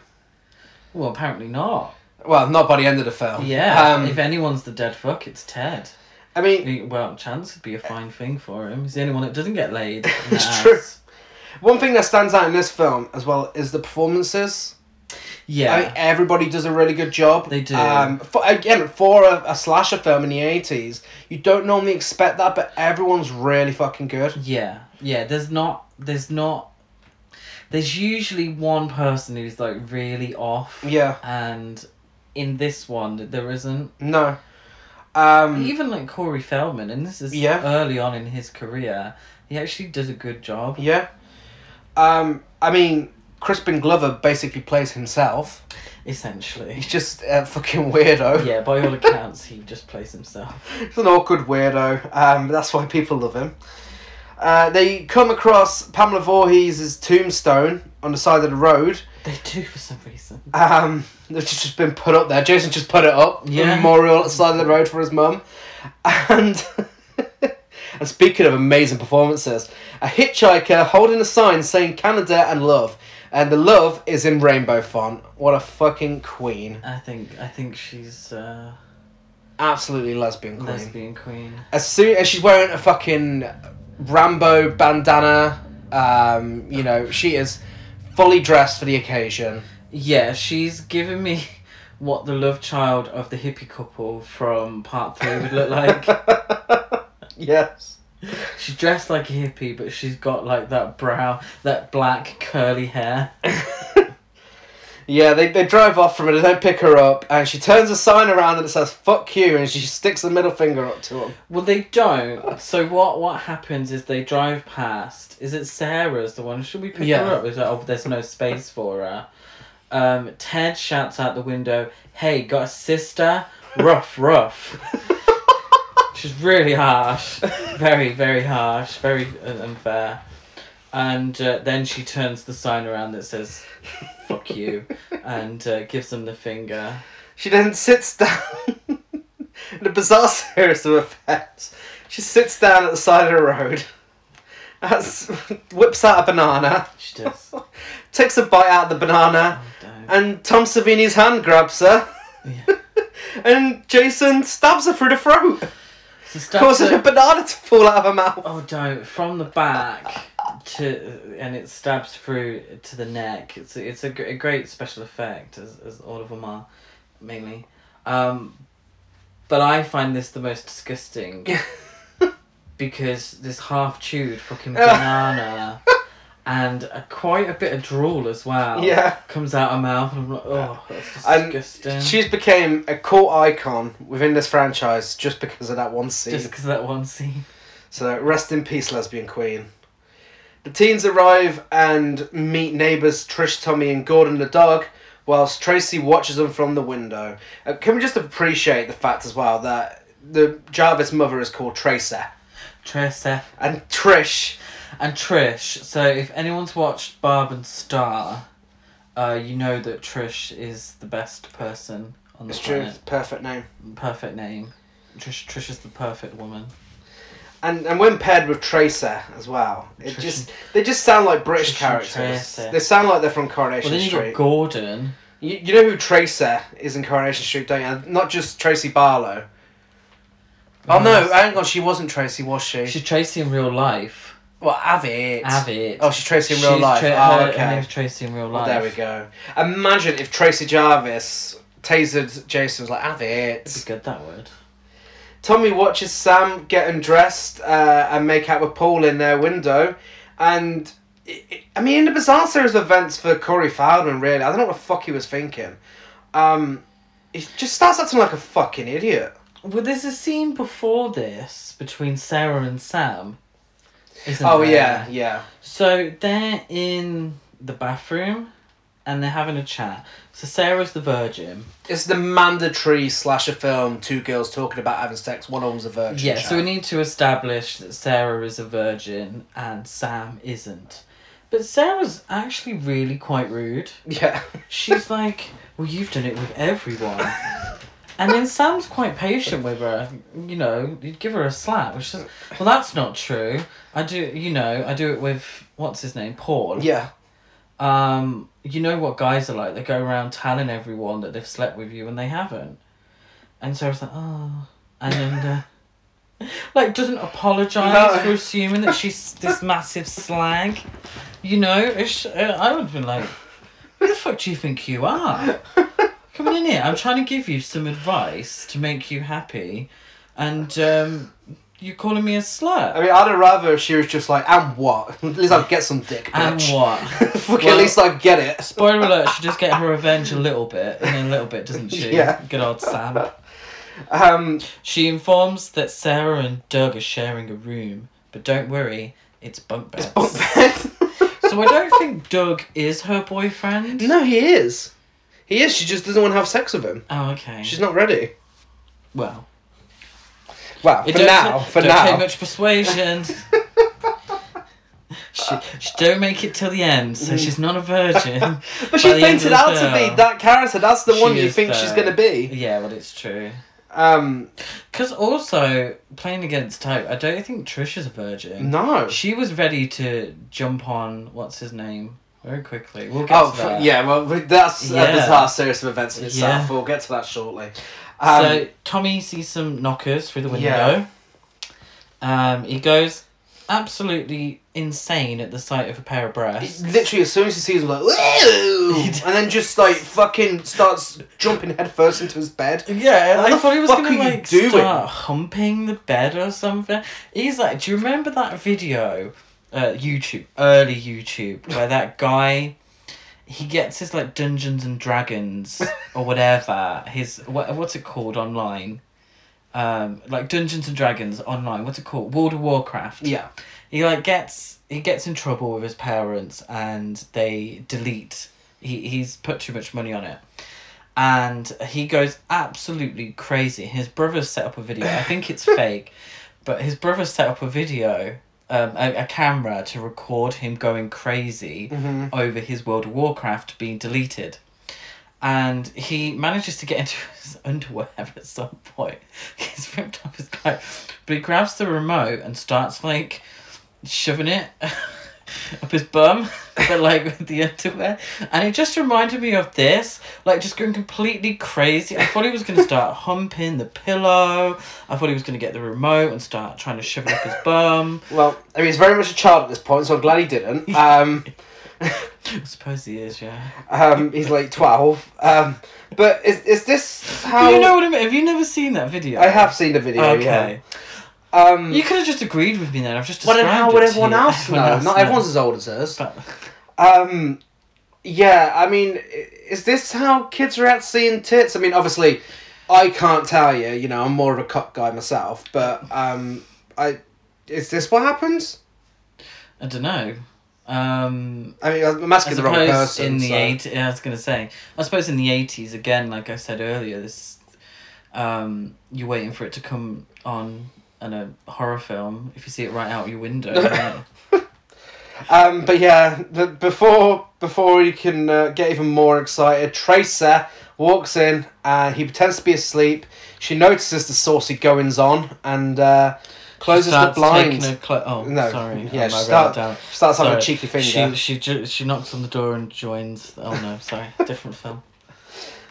B: Well, apparently not.
A: Well, not by the end of the film.
B: Yeah.
A: Um,
B: if anyone's the dead fuck, it's Ted.
A: I mean,
B: He- Well, chance would be a fine thing for him. He's the only one that doesn't
A: [laughs]
B: get laid. in
A: Uh, It's
B: that
A: true.
B: house.
A: one thing that stands out in this film as well is the performances.
B: Yeah.
A: I mean, everybody does a really good job.
B: They do.
A: Um, for, again, for a, a slasher film in the eighties, you don't normally expect that, but everyone's really fucking good.
B: Yeah, yeah. There's not. There's not. There's usually one person who's like really off,
A: Yeah.
B: and in this one there isn't.
A: No. Um,
B: Even like Corey Feldman, and this is
A: Yeah.
B: early on in his career. He actually does a good job.
A: Yeah. Um, I mean, Crispin Glover basically plays himself. [laughs]
B: Essentially.
A: He's just a fucking weirdo.
B: Yeah, by all accounts, he just plays himself.
A: He's an awkward weirdo. Um, that's why people love him. Uh, they come across Pamela Voorhees' tombstone on the side of the road,
B: They do for some reason.
A: um, which has just been put up there. Jason just put it up. the
B: Yeah.
A: memorial at the side of the road for his mum. And, [laughs] and speaking of amazing performances, a hitchhiker holding a sign saying Canada and love. And the love is in rainbow font. What a fucking queen.
B: I think. I think she's uh,
A: Absolutely lesbian queen.
B: lesbian queen.
A: As soon as she's wearing a fucking Rambo bandana, um, you know, she is fully dressed for the occasion. [laughs]
B: Yeah, she's given me what the love
A: [laughs]
B: child of the hippie couple from part three would look like.
A: yes.
B: She's dressed like a hippie, but she's got like that brow, that black curly hair.
A: Yeah, they, they drive off from it and then pick her up, and she turns a sign around and it says "fuck you," and she sticks the middle finger up to him.
B: Well, they don't. So what? What happens is they drive past. Is it Sarah's the one? Should we pick
A: Yeah.
B: her up? Is like, oh, there's no space for her. Um, Ted shouts out the window, "Hey, got a sister? Rough, rough." She's really harsh. [laughs] Very, very harsh. Very un- unfair. And uh, then she turns the sign around that says "fuck you" and uh, gives them the finger.
A: She then sits down [laughs] in a bizarre series of events. She sits down at the side of the road, has, [laughs] whips out a banana,
B: She does. Oh,
A: takes a bite out of the banana,
B: don't.
A: and Tom Savini's hand grabs her,
B: Yeah.
A: [laughs] and Jason stabs her through the throat,
B: So stab
A: causing
B: the-
A: a banana to fall out of her mouth.
B: Oh, don't from the back to and it stabs through to the neck. It's it's a, gr- a great special effect, as as all of them are, mainly. Um, but I find this the most disgusting because this half
A: [laughs]
B: chewed fucking banana and a, quite a bit of drool as well.
A: Yeah.
B: comes out of mouth and I'm like, oh, that's
A: And
B: disgusting.
A: She's became a cult icon within this franchise just because of that one scene.
B: just because that one scene.
A: So rest in peace, lesbian queen. The teens arrive and meet neighbours Trish, Tommy, and Gordon the dog, whilst Tracy watches them from the window. Uh, can we just appreciate the fact as well that the Jarvis mother is called Tracer
B: Tracer
A: and Trish?
B: And Trish. So if anyone's watched Barb and Star, uh, you know that Trish is the best person on the
A: It's true.
B: planet.
A: It's a perfect name.
B: Perfect name. Trish. Trish is the perfect woman.
A: And and when paired with Tracer as well, it
B: Trish
A: just they just sound like British
B: Trish and
A: characters.
B: Tracer.
A: They sound like they're from Coronation
B: Well, then you
A: Street.
B: got Gordon.
A: You, you know who Tracer is in Coronation Street, don't you? And Not just Tracy Barlow. Oh no,
B: Yes.
A: hang on, she wasn't Tracy, was she?
B: She's Tracy in real life.
A: well, Avid.
B: Avid.
A: Oh, she's Tracy in real
B: She's
A: life.
B: Tra-
A: oh,
B: her, her
A: okay.
B: name's Tracy in real
A: Well,
B: life.
A: there we go. Imagine if Tracy Jarvis tasered Jason was like, Avid.
B: It's good that word.
A: Tommy watches Sam getting dressed uh, and make out with Paul in their window. And, i i I mean, in a bizarre series of events for Corey Feldman, really. I don't know what the fuck he was thinking. Um, he just starts acting like a fucking idiot.
B: Well, there's a scene before this between Sarah and Sam. Isn't
A: Oh,
B: there?
A: yeah, yeah.
B: So they're in the bathroom and they're having a chat. So Sarah's the virgin.
A: It's the mandatory slasher film, two girls talking about having sex, one of them's a virgin.
B: Yeah, so we
A: child.
B: need to establish that Sarah is a virgin and Sam isn't. But Sarah's actually really quite rude.
A: Yeah. [laughs]
B: She's like, Well, you've done it with everyone. And then Sam's quite patient with her. You know, you'd give her a slap. Which is, well, that's not true. I do, you know, I do it with, what's his name? Paul.
A: Yeah.
B: um, you know what guys are like. They go around telling everyone that they've slept with you and they haven't. And Sarah's like, oh. And then, uh, [laughs] like, doesn't apologise
A: No.
B: for assuming that
A: [laughs]
B: she's this massive slag. You know, it's, uh, I would have been like, who the fuck do you think
A: [laughs]
B: you are? Come in here. I'm trying to give you some advice to make you happy. And um, you're calling me a slut.
A: I mean, I'd have rather if she was just like, and what? [laughs] At least I'd get some dick,
B: and
A: [laughs] bitch.
B: what?
A: Fuck,
B: Well-
A: at least I'd get it.
B: Spoiler alert, she does get her revenge a little bit, and then a little bit, doesn't she?
A: Yeah.
B: Good old Sam.
A: Um,
B: She informs that Sarah and Doug are sharing a room, but don't worry, it's bunk beds.
A: bunk [laughs] bed.
B: so I don't think Doug is her boyfriend.
A: no, he is. He is, she just doesn't want to have sex with him.
B: Oh, okay.
A: She's not ready.
B: Well,
A: Well,
B: it
A: for
B: don't
A: now,
B: ta-
A: for
B: don't
A: now.
B: take much persuasion. she, she don't make it till the end, so she's not
A: [laughs]
B: a virgin.
A: [laughs] but
B: by
A: she's
B: the end of
A: painted
B: the
A: out to
B: film.
A: be that character. That's the
B: She
A: one you
B: is
A: think
B: the-
A: she's going to be.
B: yeah, well, it's true.
A: Um,
B: Because also, playing against type, I don't think Trish is a virgin.
A: no.
B: She was ready to jump on what's his name very quickly. We'll get
A: Oh,
B: to
A: f
B: that.
A: yeah, well, we- that's a
B: Yeah.
A: bizarre series of events in itself.
B: Yeah.
A: We'll get to that shortly. Um,
B: so Tommy sees some knockers through the
A: Yeah.
B: window. Um, he goes, absolutely insane at the sight of a pair of breasts.
A: Literally, as soon as he sees him, like, Woo!
B: [laughs]
A: and then just like fucking starts jumping headfirst into his bed.
B: Yeah,
A: What
B: I
A: the
B: thought he was
A: fuck are
B: gonna
A: you
B: like
A: doing?
B: start humping the bed or something. He's like, do you remember that video, uh, YouTube, early YouTube, where that guy, he gets his like Dungeons and [laughs] Dragons or whatever. His what, what's it called online? Um, like Dungeons and Dragons online. What's it called? World of Warcraft
A: Yeah,
B: he like gets he gets in trouble with his parents and they delete he he's put too much money on it and he goes absolutely crazy his brother set up a video i think it's fake but his brother set up a video um, a, a camera to record him going crazy over his world of warcraft being deleted and he manages to get into [laughs] his underwear at some point. He's ripped off his clothes, but he grabs the remote and starts like shoving it [laughs] up his bum, [laughs] but like with the underwear. And it just reminded me of this, like just going completely crazy. I thought he was gonna start [laughs] humping the pillow. I thought he was gonna get the remote and start trying to shove it up his bum. [laughs]
A: well, I mean, he's very much a child at this point, so I'm glad he didn't.
B: [laughs]
A: Um,
B: I suppose he is, yeah.
A: um, he's like 12. Um, but is, is this how.
B: you know what I mean? Have you never seen that video?
A: I have seen the video,
B: Okay.
A: yeah. Um,
B: You could have just agreed with me then. I've just
A: well,
B: described
A: then how
B: it
A: would
B: to
A: everyone
B: you.
A: else know?
B: Everyone else
A: Not
B: knows.
A: everyone's as old as us.
B: But-
A: Um, yeah, I mean, i- is this how kids are out seeing tits? I mean, obviously, I can't tell you. You know, I'm more of a cop guy myself, but um, I is this what happens?
B: I don't know. Um,
A: I mean, I'm asking
B: I
A: the wrong
B: suppose
A: person.
B: in the
A: so-
B: eight, yeah, I was gonna say. I suppose in the eighties again, like I said earlier, this um, you're waiting for it to come on in a horror film. If you see it right out
A: [laughs]
B: your window, right?
A: Um, but yeah, the, before before you can uh, get even more excited, Tracer walks in and he pretends to be asleep. She notices the saucy goings on and uh, closes the
B: starts
A: blinds.
B: taking her clo- oh,
A: No,
B: sorry.
A: yeah,
B: um, I
A: she
B: wrote it
A: start-
B: down.
A: starts having a
B: Sorry.
A: cheeky finger.
B: She she ju- she knocks on the door and joins. Oh no, sorry, different film.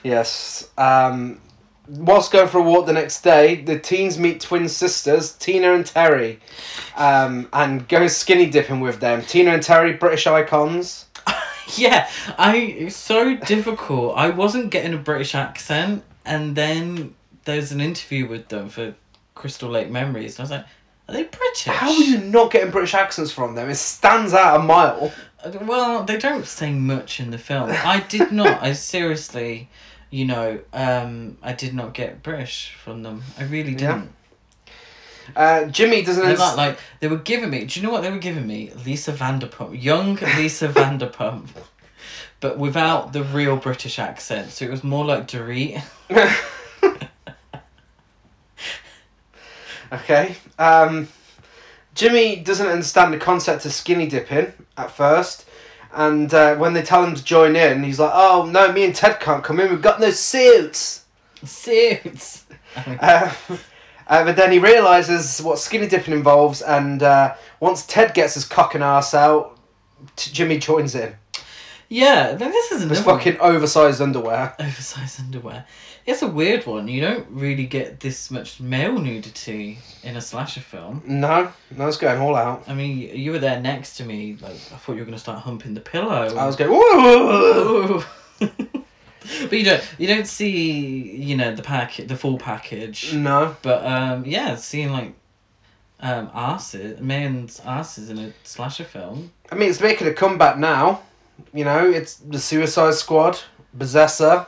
A: Yes. Um, whilst going for a walk the next day, the teens meet twin sisters, Tina and Terry, um, and go skinny dipping with them. Tina and Terry, British icons.
B: [laughs] Yeah, I it's so difficult. I wasn't getting a British accent, and then there's an interview with them for Crystal Lake Memories, and I was like, "Are they British?"
A: How are you not getting British accents from them? It stands out a mile.
B: Uh, Well, they don't say much in the film. I did not.
A: [laughs]
B: I seriously, you know, um, I did not get British from them. I really
A: Yeah.
B: didn't.
A: Uh, Jimmy doesn't.
B: They're
A: Ins-
B: not like they were giving me. Do you know what they were giving me? Lisa Vanderpump,
A: [laughs]
B: young Lisa Vanderpump, but without the real British accent. So it was more like Dorit.
A: [laughs] okay. Um, Jimmy doesn't understand the concept of skinny dipping at first. And uh, when they tell him to join in, he's like, "Oh no, me and Ted can't come in. We've got no suits." [laughs]
B: Suits.
A: Uh, uh, but then he realizes what skinny dipping involves, and uh, once Ted gets his cock and ass out, t- Jimmy joins in.
B: Yeah, then this is
A: His
B: another
A: fucking oversized underwear.
B: one. oversized underwear. It's a weird one. You don't really get this much male nudity in a slasher film.
A: No, no, it's going all out.
B: I mean, y- you were there next to me. Like I thought you were gonna start humping the pillow.
A: I was going, [laughs] whoa!
B: Ooh. [laughs] but you don't. You don't see. You know the package, the full package.
A: No.
B: But um, yeah, seeing like um asses, men's asses in a slasher film.
A: I mean, it's making a comeback now. You know, it's the Suicide Squad, Possessor.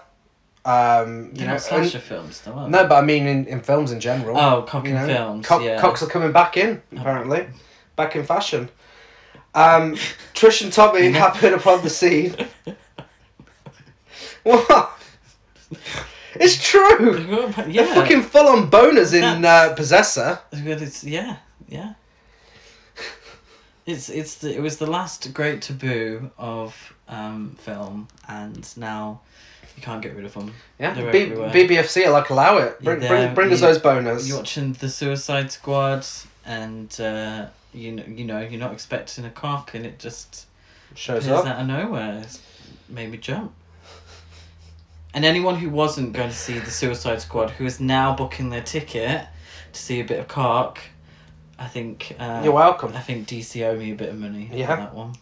A: Um, you know,
B: They're not
A: and-
B: slasher films, though. are they?
A: no, but I mean in, in films in general.
B: Oh, cock
A: you
B: and
A: know,
B: films.
A: cock-
B: yeah.
A: Cocks are coming back in,
B: [laughs]
A: apparently. Back in fashion. Um, Trish and Tommy
B: [laughs]
A: happen upon the scene. [laughs] What? It's true!
B: yeah.
A: They're fucking full on boners in
B: That's-
A: uh, Possessor.
B: It's good, it's- yeah, yeah. It's it's the, it was the last great taboo of um, film, and now you can't get rid of them.
A: Yeah,
B: They're
A: B-
B: everywhere.
A: BBFC, like, allow it. Bring,
B: Yeah,
A: bring, bring us
B: you-
A: those boners.
B: You're watching the Suicide Squad, and uh, you know you know you're not expecting a cock, and it just
A: Shows
B: appears
A: up.
B: out of nowhere. It's made me jump. And anyone who wasn't going to see the Suicide Squad, who is now booking their ticket to see a bit of cock, I think. Uh,
A: You're welcome.
B: I think DC owe me a bit of money. for
A: Yeah.
B: that one.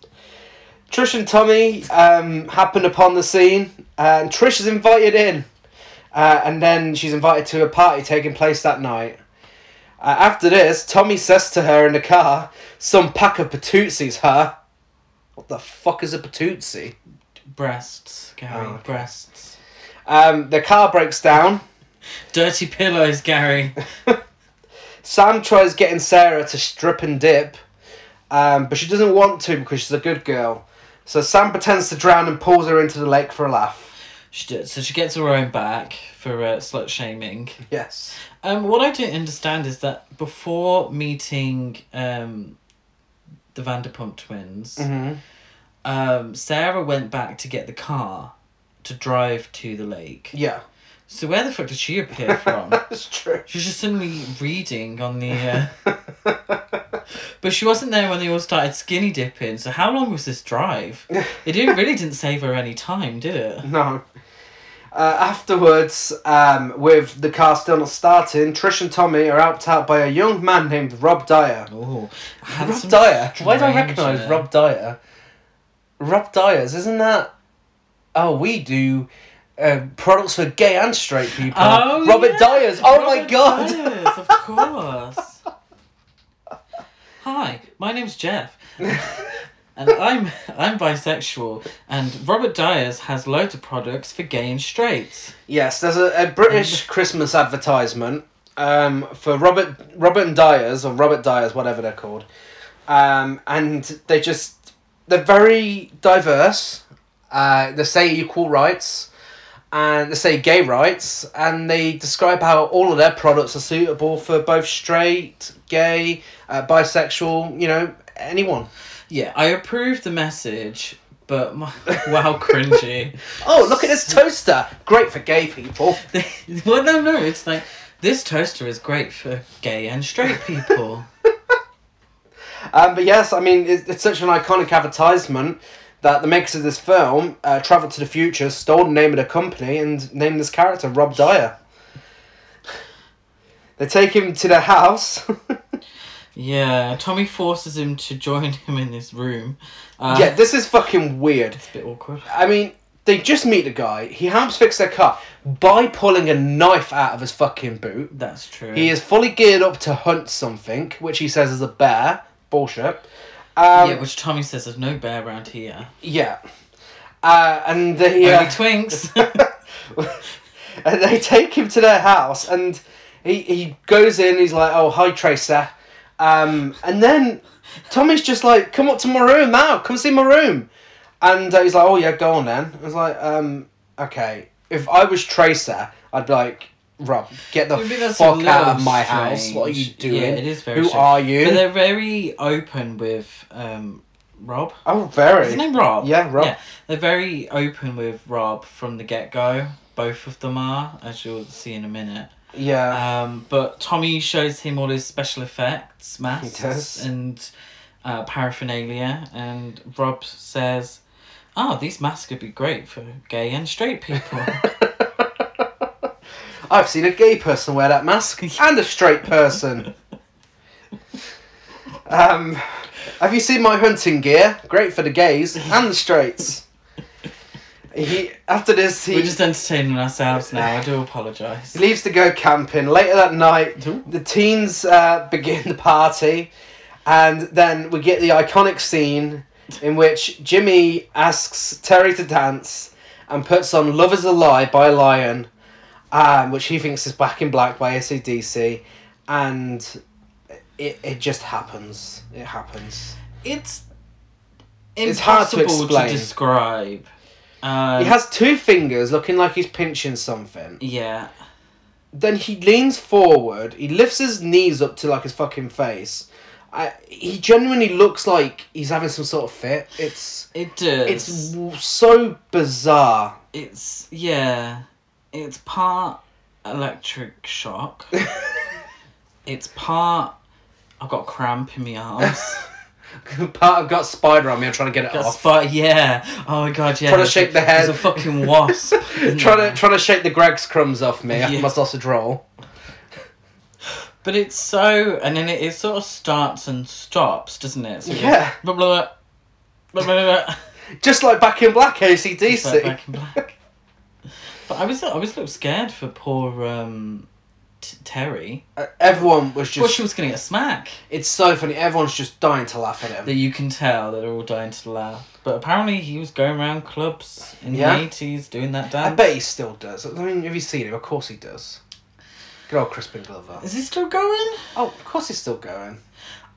A: Trish and Tommy um, happen upon the scene, and Trish is invited in, uh, and then she's invited to a party taking place that night. Uh, after this, Tommy says to her in the car, "Some pack of patootsies, her." What the fuck is a patootsie?
B: Breasts, Gary.
A: Oh, okay.
B: Breasts.
A: Um, the car breaks down.
B: Dirty pillows, Gary.
A: Sam tries getting Sarah to strip and dip, um, but she doesn't want to because she's a good girl. So Sam pretends to drown and pulls her into the lake for a laugh.
B: She did. So she gets her own back for uh, slut shaming.
A: Yes.
B: Um, what I don't understand is that before meeting um, the Vanderpump twins,
A: Mhm.
B: um, Sarah went back to get the car to drive to the lake.
A: Yeah. [laughs]
B: So where the fuck did she appear from?
A: That's true.
B: she was just suddenly reading on the. Uh... but she wasn't there when they all started skinny dipping. So how long was this drive? It didn't really didn't save her any time, did
A: [laughs]
B: it?
A: No. Uh, afterwards, um, with the car still not starting, Trish and Tommy are helped out by a young man named Rob Dyer.
B: Oh,
A: Rob Dyer? Why do I
B: uh,
A: recognise Rob Dyer? Rob Dyer's, isn't that. Oh, we do uh, products for gay and straight people.
B: Oh,
A: uh, Robert
B: yeah.
A: Dyer's. Oh my
B: Robert
A: god!
B: Dyers, of
A: [laughs]
B: course. Hi, my name's Jeff,
A: [laughs]
B: and I'm I'm bisexual. And Robert Dyers has loads of products for gay and straight.
A: Yes, there's a, a British Christmas advertisement um, for Robert Robert and Dyers or Robert Dyers, whatever they're called, um, and they just they're very diverse. Uh, they say equal rights, and they say gay rights, and they describe how all of their products are suitable for both straight, gay, uh, bisexual, you know, anyone.
B: Yeah, I approve the message, but my, [laughs] wow, cringy. [laughs]
A: Oh, look at this toaster! Great for gay people.
B: well, no, no, it's like this toaster is great for gay and straight people.
A: Um, but yes, I mean, it's, it's such an iconic advertisement that the makers of this film uh, traveled to the future, stole the name of the company, and named this character Rob Dyer. They take him to their house. [laughs]
B: yeah, Tommy forces him to join him in this room. Uh,
A: yeah, this is fucking weird.
B: it's a bit awkward.
A: I mean, they just meet the guy. He helps fix their car by pulling a knife out of his fucking boot.
B: That's true.
A: He is fully geared up to hunt something, which he says is a bear. Bullshit. Um,
B: yeah, which Tommy says there's no bear around here.
A: yeah. Uh, and they. uh,
B: Only twinks. [laughs]
A: [laughs] and they take him to their house and he, he goes in he's like oh hi tracer um, and then tommy's just like come up to my room now come see my room and uh, he's like oh yeah go on then i was like um, okay if i was tracer i'd be like rob get the
B: Maybe that's a
A: fuck
B: little
A: out of my house what are you
B: strange.
A: doing
B: Yeah, it is very
A: who
B: strange.
A: are
B: But
A: you
B: they're very open with um, Rob.
A: oh
B: His
A: very
B: name Rob.
A: yeah rob
B: They're very open with Rob from the get go. Both of them are, as you'll see in a minute.
A: yeah
B: Um, but Tommy shows him all his special effects, masks,
A: He does.
B: and uh, paraphernalia, and Rob says, "Oh, these masks would be great for gay and straight
A: [laughs]
B: people."
A: I've seen a gay person wear that mask and a straight person. um, have you seen my hunting gear? Great for the gays and the straights. He after this he
B: We're just entertaining ourselves now. I do apologise.
A: leaves to go camping. Later that night,
B: Ooh.
A: the teens uh, [laughs] begin the party, and then we get the iconic scene in which Jimmy asks Terry to dance and puts on Love is a Lie by Lion, um, which he thinks is Back in Black by ACDC, and it, it just happens. It happens.
B: It's
A: It's hard to
B: impossible to,
A: explain.
B: describe. Um,
A: He has two fingers looking like he's pinching something.
B: yeah,
A: then he leans forward. He lifts his knees up to like his fucking face. I, he genuinely looks like he's having some sort of fit. It's
B: it does.
A: it's w- so bizarre. [laughs]
B: it's yeah it's part electric shock it's part i've got cramp in
A: [laughs]
B: my arms
A: Part of got spider on me. I'm trying to get it
B: that's
A: off.
B: fun yeah oh my god yeah
A: Trying to
B: there's
A: shake
B: a-
A: the head.
B: there's a
A: [laughs]
B: fucking wasp
A: trying to trying to shake the Greg's crumbs off me after
B: Yeah.
A: my sausage roll.
B: But it's so, and then it, it sort of starts and stops, doesn't it? So it goes
A: Yeah.
B: Blah, blah, blah, blah, blah, blah.
A: Just like Back in Black,
B: Just like
A: ACDC.
B: Back in Black. But I was I was a little scared for poor um, t- Terry.
A: Uh, Everyone was
B: Well,
A: just.
B: she was gonna get a smack.
A: It's so funny. Everyone's just dying to laugh at him.
B: That you can tell that they're all dying to laugh. But apparently he was going around clubs in
A: Yeah.
B: the eighties doing that
A: I
B: dance.
A: bet he still does. I mean, have you seen him? Of course he does. Good old Crispin Glover.
B: Is he still going?
A: Oh, of course he's still going.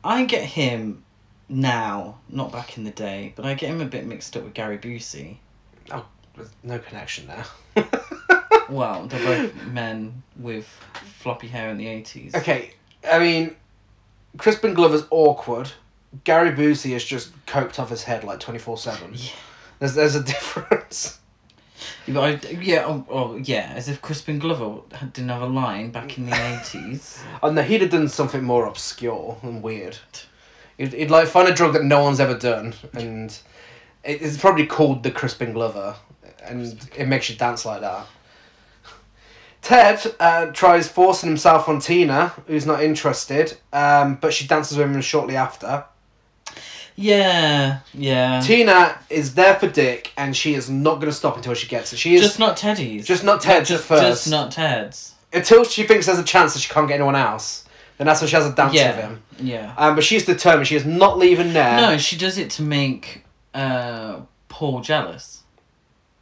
B: I get him now, not back in the day, but I get him a bit mixed up with Gary Busey.
A: There's no connection there. [laughs]
B: Well, they're both men with floppy hair in the eighties.
A: Okay, I mean, Crispin Glover's awkward. Gary Busey is just coped off his head like twenty four seven.
B: Yeah.
A: There's there's a [laughs] difference.
B: Yeah, but I, yeah, oh, oh, yeah, as if Crispin Glover had- didn't have a line back in the eighties.
A: Oh no, he'd have done something more obscure and weird. He'd, he'd like find a drug that no one's ever done, and it, it's probably called the Crispin Glover, and it makes you dance like that. Ted uh, tries forcing himself on Tina, who's not interested, um, but she dances with him shortly after.
B: Yeah, yeah.
A: Tina is there for Dick, and she is not going to stop until she gets it. She is
B: just not Teddy's.
A: just not Ted's
B: just,
A: at first.
B: Just not Ted's.
A: until she thinks there's a chance that she can't get anyone else. Then that's when she has a dance with
B: Yeah,
A: him.
B: yeah.
A: Um, but she's determined. She is not leaving there.
B: No, she does it to make uh, Paul jealous.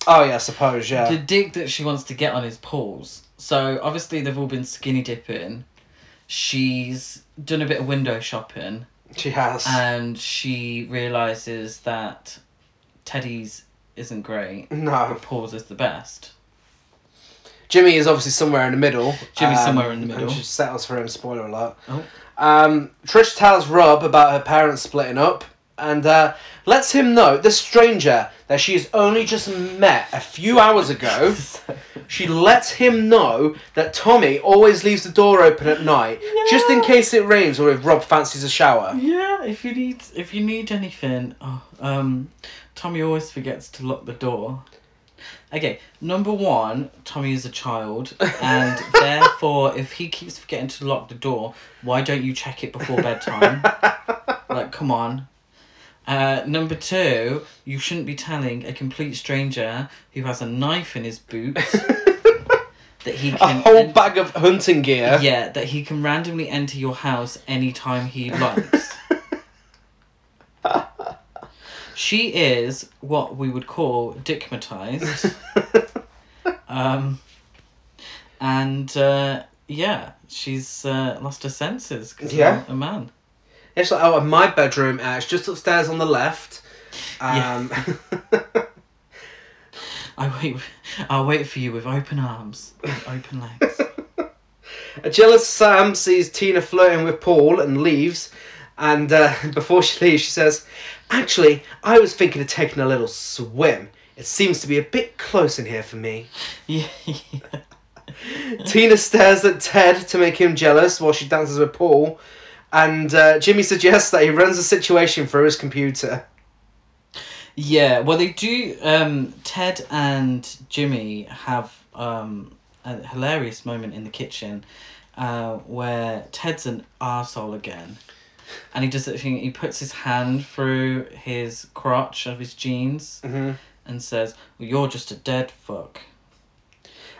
A: Oh yeah, I suppose yeah.
B: The dick that she wants to get on is Paul's. So obviously they've all been skinny dipping. She's done a bit of window shopping,
A: she has.
B: and she realizes that Teddy's isn't
A: [laughs]
B: great,
A: no,
B: but Paul's is the best.
A: Jimmy is obviously somewhere in the middle. Um,
B: Jimmy's somewhere in the
A: and
B: middle.
A: she settles for him. Spoiler alert.
B: Oh.
A: Um, Trish tells Rob about her parents splitting up and uh, lets him know the stranger that she has only just met a few hours
B: [laughs]
A: ago. She lets him know that Tommy always leaves the door open at night just in
B: Yeah.
A: case it rains or if Rob fancies a
B: [laughs]
A: shower. [laughs]
B: Yeah, if you need if you need anything, oh, um, Tommy always forgets to lock the door. Okay, number one, Tommy is a child,
A: [laughs]
B: and therefore, if he keeps forgetting to lock the door, why don't you check it before
A: [laughs]
B: bedtime? like, come on. Uh, number two, you shouldn't be telling a complete stranger who has a knife in his boot that he
A: [laughs] A
B: can
A: whole bag of hunting gear.
B: yeah, that he can randomly enter your house anytime he likes. she is what we would
A: [laughs]
B: call dickmatized. um, and uh, yeah, she's uh, lost her senses because
A: Yeah.
B: a man.
A: [laughs] It's like out of my bedroom. Uh, it's just upstairs on the left. Um, [laughs]
B: I wait. [laughs] I'll wait for you with open arms, and open legs. [laughs]
A: A jealous Sam sees Tina flirting with Paul and leaves. And uh, [laughs] before she leaves, she says, Actually, I was thinking of taking a little swim. It seems to be a bit close in here for me.
B: yeah,
A: Tina stares at Ted to make him jealous while she dances with Paul. And uh, Jimmy suggests that he runs the situation through his computer.
B: yeah. Well, they do. Um, Ted and Jimmy have um, a hilarious moment in the kitchen uh, where Ted's an arsehole again. And he does that thing, he puts his hand through his crotch of his jeans
A: Mhm.
B: and says, well, You're just a dead fuck.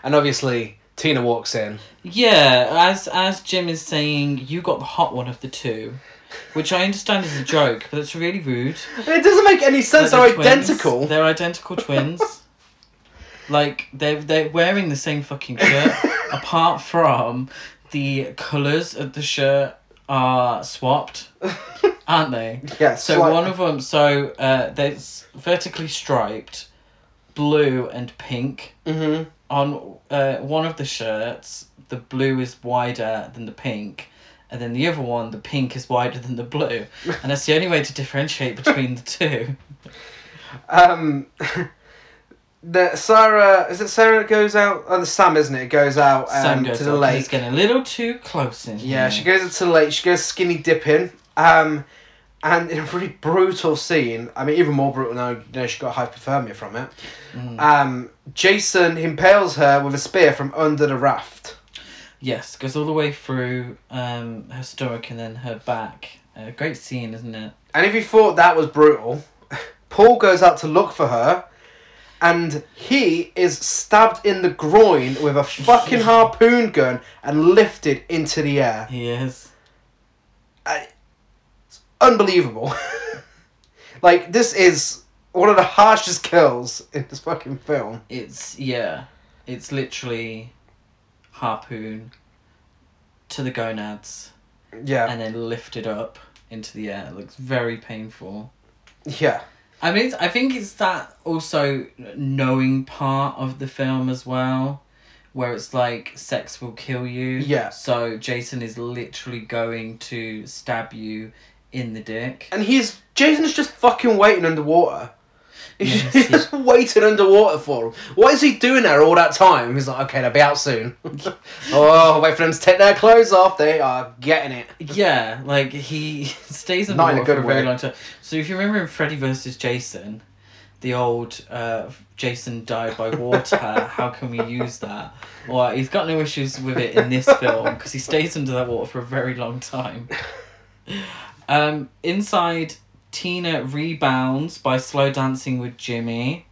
A: And obviously, Tina walks in.
B: Yeah, as as Jim is saying, you got the hot one of the two, which I understand is a joke, but it's really rude.
A: It doesn't make any sense. They're
B: Like the twins.
A: identical.
B: They're identical twins. like they're they're wearing the same
A: [laughs]
B: fucking shirt, apart from the colours of the shirt are swapped, aren't they?
A: Yeah,
B: So
A: slight-
B: one of them, so uh, there's vertically striped, blue and pink
A: Mhm.
B: on uh, one of the shirts. The blue is wider than the pink. And then the other one, the pink is wider than the blue, and that's the only way to differentiate between the two.
A: Um, [laughs] the Sarah is it Sarah that goes out? Oh, the Sam isn't it? Goes out um,
B: Sam goes
A: to the
B: up 'cause It's
A: lake.
B: getting a little too close in.
A: Yeah,
B: here.
A: she goes out to the lake. She goes skinny dipping. Um, and in a really brutal scene. I mean, even more brutal now. You know, she got hypothermia from it.
B: Mm.
A: Um, Jason impales her with a spear from under the raft.
B: Yes, goes all the way through um, her stomach and then her back. A great scene, isn't it?
A: And if you thought that was brutal, Paul goes out to look for her, and he is stabbed in the groin with a fucking harpoon gun and lifted into the air.
B: He is.
A: I- It's unbelievable. [laughs] like, this is one of the harshest kills in this fucking film.
B: It's yeah. It's literally harpoon to the gonads
A: Yeah.
B: and then lifted up into the air. It looks very painful.
A: yeah.
B: I mean, it's- I think it's that also knowing part of the film as well, where it's like sex will kill you.
A: Yeah.
B: So Jason is literally going to stab you in the dick.
A: And he's. Jason's just fucking waiting underwater. He's
B: Yes,
A: just [laughs] waiting underwater for him. What is he doing there all that time? He's like, okay, they'll be out soon. [laughs] oh, wait for them to take their clothes off. They are getting it.
B: Yeah, like he [laughs] stays in the
A: Not in a
B: water for a
A: good
B: very
A: way.
B: long time. So if you remember in Freddy versus Jason, the old uh, Jason died by water.
A: [laughs]
B: how can we use that? Well, he's got no issues with it in this
A: [laughs]
B: film because he stays under that water for a very long time. Um, inside, Tina rebounds by slow dancing with Jimmy,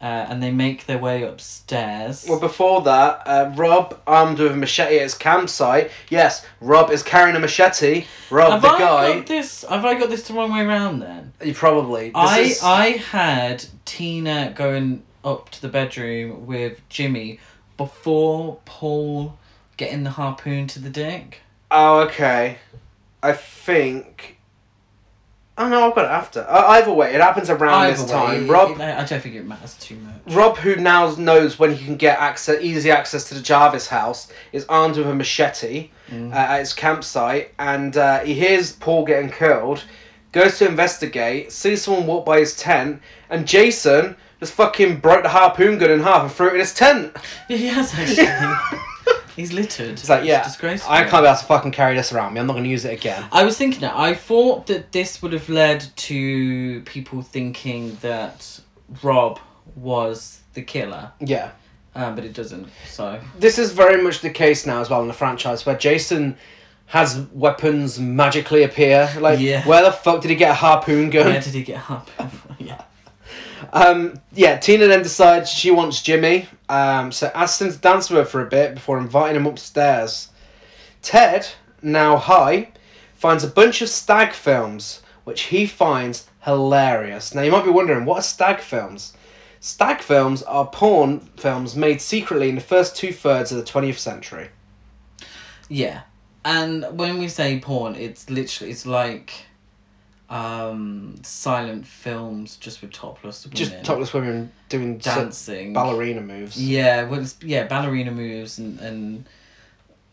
B: uh, and they make their way upstairs.
A: Well, before that, uh, Rob, armed with a machete at his campsite. Yes, Rob is carrying a machete. Rob,
B: have
A: the
B: I
A: guy.
B: got this? Have I got this the wrong way round then?
A: You probably. This
B: I
A: is-
B: I had Tina going up to the bedroom with Jimmy before Paul getting the harpoon to the dick.
A: Oh, okay. I think. Oh no, I've got it after. Uh, either way, it happens around this
B: Either way,
A: time. Rob,
B: I I don't think it matters too much. [laughs]
A: Rob, who now knows when he can get access, easy access to the Jarvis house, is armed with a machete uh, at his campsite, and uh, he hears Paul getting killed. Goes to investigate, sees someone walk by his tent, and Jason just fucking broke the harpoon gun in half and threw it in his tent. [laughs]
B: He has actually. He's littered.
A: It's like, yeah,
B: disgraceful.
A: I can't be asked to fucking carry this around me. I'm not going to use it again.
B: I was thinking that. I thought that this would have led to people thinking that Rob was the killer,
A: Yeah.
B: um, but it doesn't. So
A: this is very much the case now as well in the franchise where Jason has weapons magically appear. Like,
B: Yeah.
A: where the fuck did he get a harpoon [laughs]
B: where
A: gun?
B: did he get harpoon? from? yeah.
A: Um, yeah, Tina then decides she wants Jimmy, um, so asks him to dance with her for a bit before inviting him upstairs. Ted, now high, finds a bunch of stag films, which he finds hilarious. Now, you might be wondering, what are stag films? Stag films are porn films made secretly in the first two thirds of the 20th century.
B: Yeah. And when we say porn, it's literally it's like um silent films just with topless women
A: just topless women doing sort of
B: dancing.
A: ballerina moves.
B: Yeah, well it's, yeah, ballerina moves and and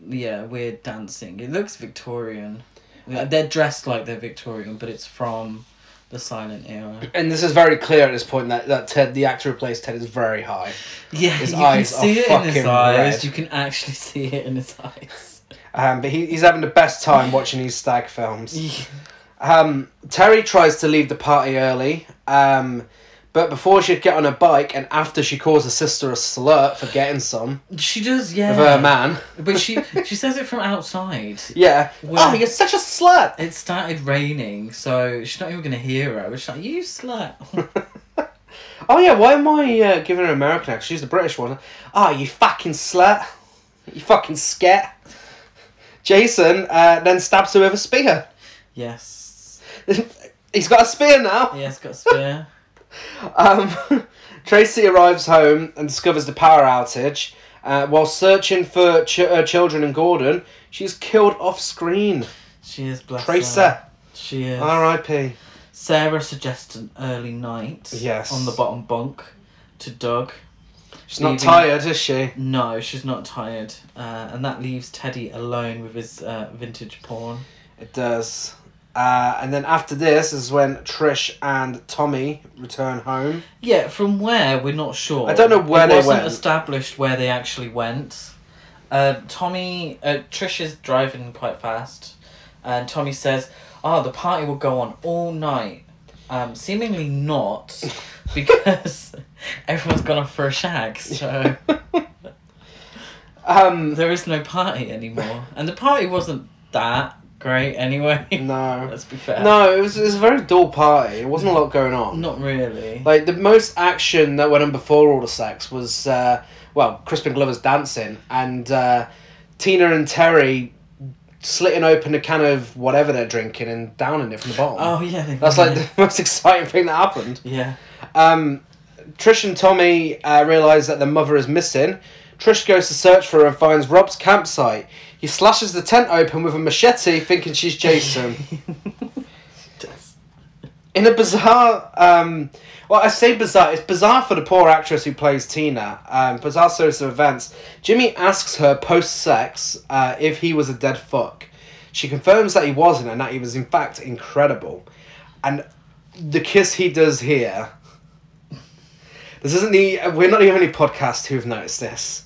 B: yeah, weird dancing. It looks Victorian.
A: Uh,
B: Like, They're dressed like they're Victorian, but it's from the silent era.
A: And this is very clear at this point that, that Ted, the actor who plays Ted, is very high.
B: Yeah,
A: His
B: you
A: eyes
B: can see
A: are
B: it in his
A: fucking
B: eyes.
A: red.
B: You can actually [laughs] see it in his eyes.
A: Um, but he, he's having the best time watching these stag films.
B: Yeah.
A: Um, Terry tries to leave the party early, um, but before she'd get on her bike and after she calls her sister a slut for getting some
B: She does, yeah.
A: of her man.
B: But she she says it from outside.
A: Yeah.
B: Well-
A: oh, you're such a slut!
B: It started raining, so she's not even gonna hear her. She's like, "You
A: [laughs]
B: slut!"
A: Oh, yeah, why am I uh, giving her American accent? She's the British one. Oh, you fucking slut! You fucking scat! Jason uh, then stabs her [laughs] with a spear.
B: yes,
A: He's got a spear now.
B: yes, got a spear.
A: Um, [laughs] Tracy arrives home and discovers the power outage. Uh, while searching for ch- uh, children and Gordon, she's killed off screen.
B: She is blessed.
A: Tracer,
B: She is.
A: R.I.P.
B: Sarah suggests an early night.
A: Yes.
B: On the bottom bunk, to Doug.
A: She's not
B: Leaving-
A: tired, is she?
B: No, she's not tired, uh, and that leaves Teddy alone with his uh, vintage porn.
A: It does. Uh, and then after this is when Trish and Tommy return home.
B: Yeah, from where we're not sure.
A: I don't know where
B: it
A: they
B: wasn't
A: went.
B: Established where they actually went. Uh, Tommy, uh, Trish is driving quite fast, and Tommy says, "Oh, the party will go on all night." Um,
A: [laughs]
B: seemingly not, [laughs]
A: [laughs]
B: because everyone's gone off for a shag. So
A: Um,
B: There is no party anymore, and the party wasn't that
A: [laughs]
B: great anyway. [laughs]
A: no.
B: Let's be fair.
A: No, it was, it was a very dull party. It wasn't a lot going on.
B: not really.
A: Like, the most action that went on before All the Sex was, uh, well, Crispin Glover's dancing and uh, Tina and Terry slitting open a can of whatever they're drinking and downing it from the bottle.
B: oh yeah, they-
A: That's like the [laughs] most exciting thing that happened.
B: yeah,
A: Um, Trish and Tommy uh, realise that their mother is missing. Trish goes to search for her and finds Rob's campsite. He slashes the tent open with a machete, thinking she's Jason.
B: Just-
A: In a bizarre, um, well, I say bizarre. It's bizarre for the poor actress who plays Tina. Um, bizarre series of events. Jimmy asks her post-sex uh, if he was a dead fuck. She confirms that he wasn't, and that he was in fact incredible. And the kiss he does here. This isn't the. We're not the only podcast who have noticed this.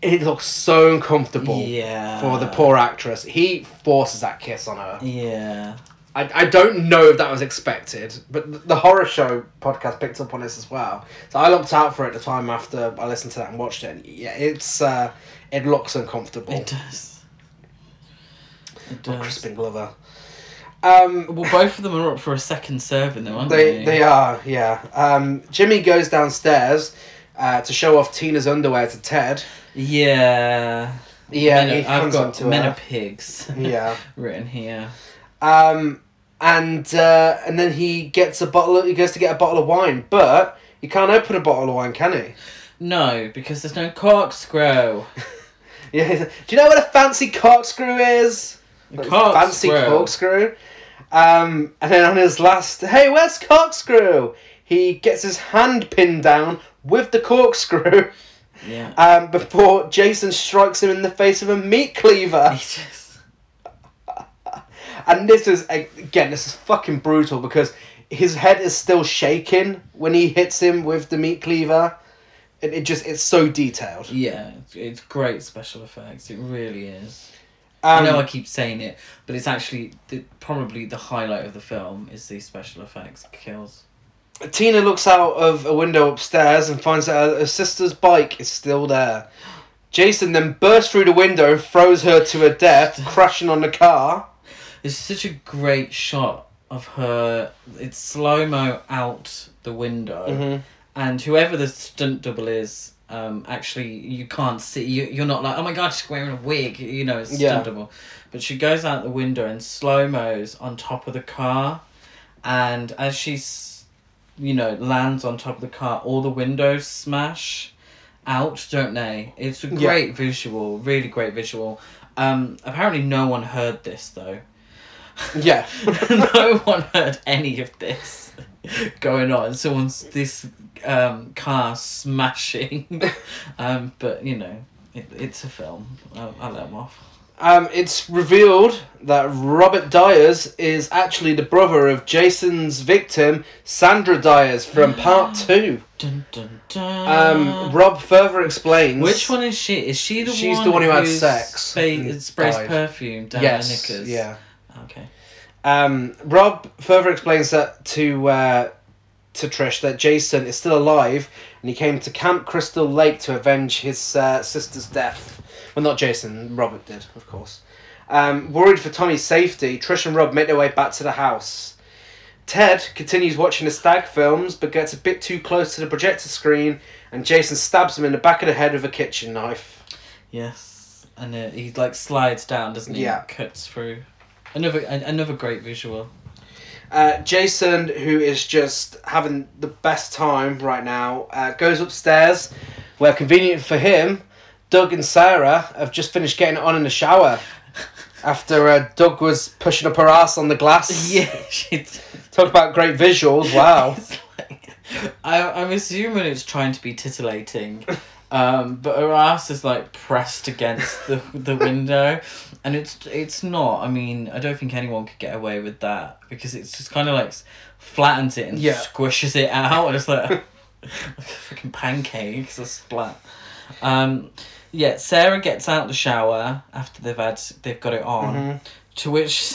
A: It looks so uncomfortable
B: yeah.
A: for the poor actress. He forces that kiss on her.
B: Yeah.
A: I, I don't know if that was expected, but th- the horror show podcast picked up on this as well. So I looked out for it the time after I listened to that and watched it. And yeah, it's uh, it looks uncomfortable.
B: It does. It
A: Oh,
B: does.
A: Crispin Glover. Um,
B: Well, both of them are up for a second serving, though, aren't
A: they they are yeah. Um, Jimmy goes downstairs uh, to show off Tina's underwear to Ted.
B: Yeah.
A: Yeah,
B: Men
A: he
B: are- I've
A: hands them
B: got
A: to
B: men
A: her.
B: are pigs.
A: [laughs] Yeah.
B: [laughs] written here.
A: Um, and uh, and then he gets a bottle. Of, he goes to get a bottle of wine, but he can't open a bottle of wine, can he?
B: No, because there's no corkscrew.
A: Yeah. [laughs] he's like, Do you know what a fancy corkscrew is? Like, Fancy corkscrew. Um, and then on his last, hey, where's corkscrew? He gets his hand pinned down with the corkscrew [laughs]
B: [laughs] Yeah.
A: um, before Jason strikes him in the face with a meat cleaver.
B: [laughs] He just-
A: And this is again, this is fucking brutal because his head is still shaking when he hits him with the meat cleaver. It, it just it's so detailed.
B: yeah, it's, it's great special effects. It really is.
A: Um,
B: I know I keep saying it, but it's actually the, probably the highlight of the film is these special effects kills.
A: Tina looks out of a window upstairs and finds that her, her sister's bike is still there. Jason then bursts through the window and throws her to her
B: [laughs]
A: death, crashing on the car.
B: It's such a great shot of her. It's slow mo out the window,
A: Mm-hmm.
B: and whoever the stunt double is, um, actually you can't see. You you're not like oh my god she's wearing a wig. You know it's
A: Yeah.
B: stunt double, but she goes out the window and slow mos on top of the car, and as she's, you know, lands on top of the car, all the windows smash out, don't they? It's a
A: Yeah.
B: great visual, really great visual. Um, apparently, no one heard this though.
A: Yeah.
B: [laughs] no one heard any of this going on. Someone's this um, car smashing, [laughs] um, but you know, it, it's a film. I'll, I'll let them off.
A: Um, it's revealed that Robert Dyers is actually the brother of Jason's victim, Sandra Dyers, from
B: [gasps]
A: part two.
B: Dun, dun, dun.
A: Um, Rob further explains.
B: Oh. which one is she? Is she the
A: She's
B: one?
A: the one who had
B: who's
A: sex
B: spa-
A: and
B: sprays
A: died.
B: perfume down
A: Yes.
B: her knickers.
A: Yeah.
B: Okay.
A: Um, Rob further explains that to uh, to Trish that Jason is still alive and he came to Camp Crystal Lake to avenge his uh, sister's death. Well, not Jason. Robert did, of course. Um, worried for Tommy's safety, Trish and Rob make their way back to the house. Ted continues watching the stag films but gets a bit too close to the projector screen and Jason stabs him in the back of the head with a kitchen knife.
B: Yes, and uh, he like slides down, doesn't he?
A: Yeah.
B: Cuts through. Another an, another
A: [laughs]
B: great visual. [laughs]
A: Uh, Jason, who is just having the best time right now, uh, goes upstairs, where convenient for him, Doug and Sarah have just finished getting it on in the shower. After uh, Doug was pushing up her ass on the glass.
B: yeah, she.
A: Talk about great visuals. [laughs]
B: [laughs]
A: Wow.
B: It's like, I, I'm assuming it's trying to be titillating, um, but her ass is like pressed against the, the window, and it's it's not. I mean, I don't think anyone could get away with that because it's just kind of like s- flattens it and
A: Yeah.
B: squishes it out, and it's like, [laughs] like a fucking pancakes a splat. Um, yeah, Sarah gets out the shower after they've had they've got it on. To which,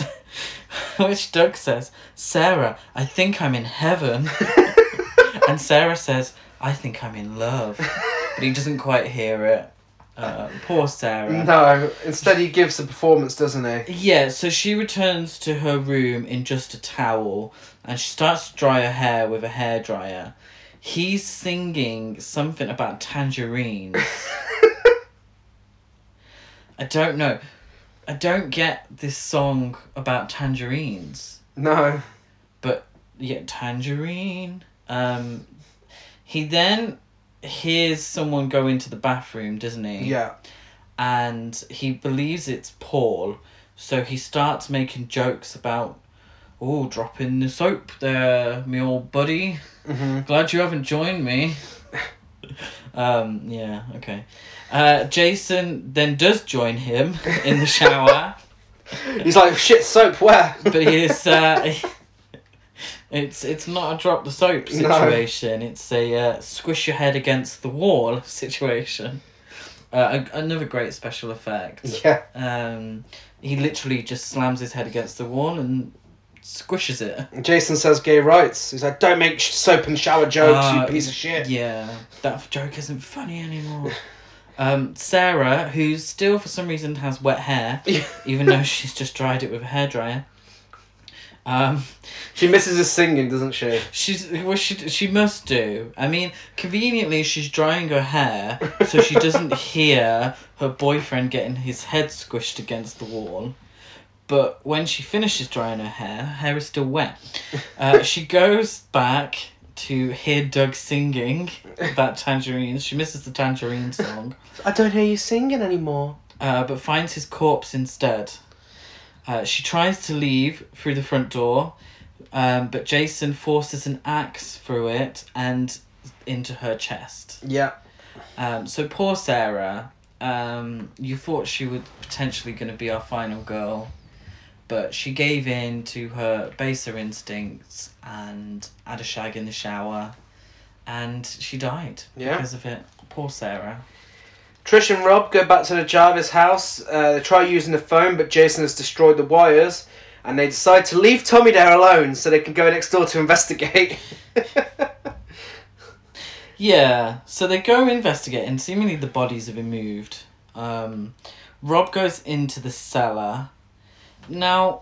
B: [laughs] which Doug says, Sarah, I think I'm in heaven. and Sarah says, I think I'm in love. But he doesn't quite hear it. uh, poor Sarah.
A: No, instead he gives a performance, doesn't
B: [laughs]
A: he?
B: Yeah, so she returns to her room in just a towel and she starts to dry her hair with a hairdryer. He's singing something about tangerines. I don't know. I don't get this song about tangerines.
A: No.
B: But yeah, tangerine. Um he then hears someone go into the bathroom, doesn't he?
A: Yeah.
B: and he believes it's Paul, so he starts making jokes about, oh, dropping the soap there, me old buddy.
A: hmm
B: Glad you haven't joined me. um, yeah, okay. Uh, Jason then does join him in the shower,
A: He's like, shit, soap, where?
B: but it's uh, [laughs] it's it's not a drop the soap
A: No.
B: situation. It's a uh, squish your head against the wall [laughs] situation. Uh, a- another great special effect.
A: [laughs] yeah.
B: Um, he literally just slams his head against the wall and squishes it.
A: Jason says gay rights. He's like, don't make sh- soap and shower jokes,
B: Uh,
A: you Oh, piece of shit.
B: Yeah, that joke isn't funny anymore. Um, Sarah, who still for some reason has wet
A: [laughs]
B: hair, even though she's just dried it with a hairdryer. Um,
A: she misses his singing, doesn't she?
B: she's well, she she must do. I mean, conveniently she's drying her hair so she doesn't hear her boyfriend getting his head squished against the wall. But when she finishes drying her hair, her hair is still wet. Uh, she goes back to hear Doug singing about tangerines. She misses the tangerine song,
A: I don't hear you singing anymore.
B: uh, but finds his corpse instead. Uh, she tries to leave through the front door, um, but Jason forces an axe through it and into her chest.
A: Yeah.
B: Um, so poor Sarah. Um, you thought she was potentially going to be our final girl, but she gave in to her baser instincts and had a shag in the shower, and she died
A: Yeah.
B: because of it. Poor Sarah.
A: Trish and Rob go back to the Jarvis house. Uh, they try using the phone, but Jason has destroyed the wires, and they decide to leave Tommy there alone so they can go next door to investigate. [laughs]
B: Yeah, so they go investigate, and seemingly the bodies have been moved. Um, Rob goes into the cellar. Now,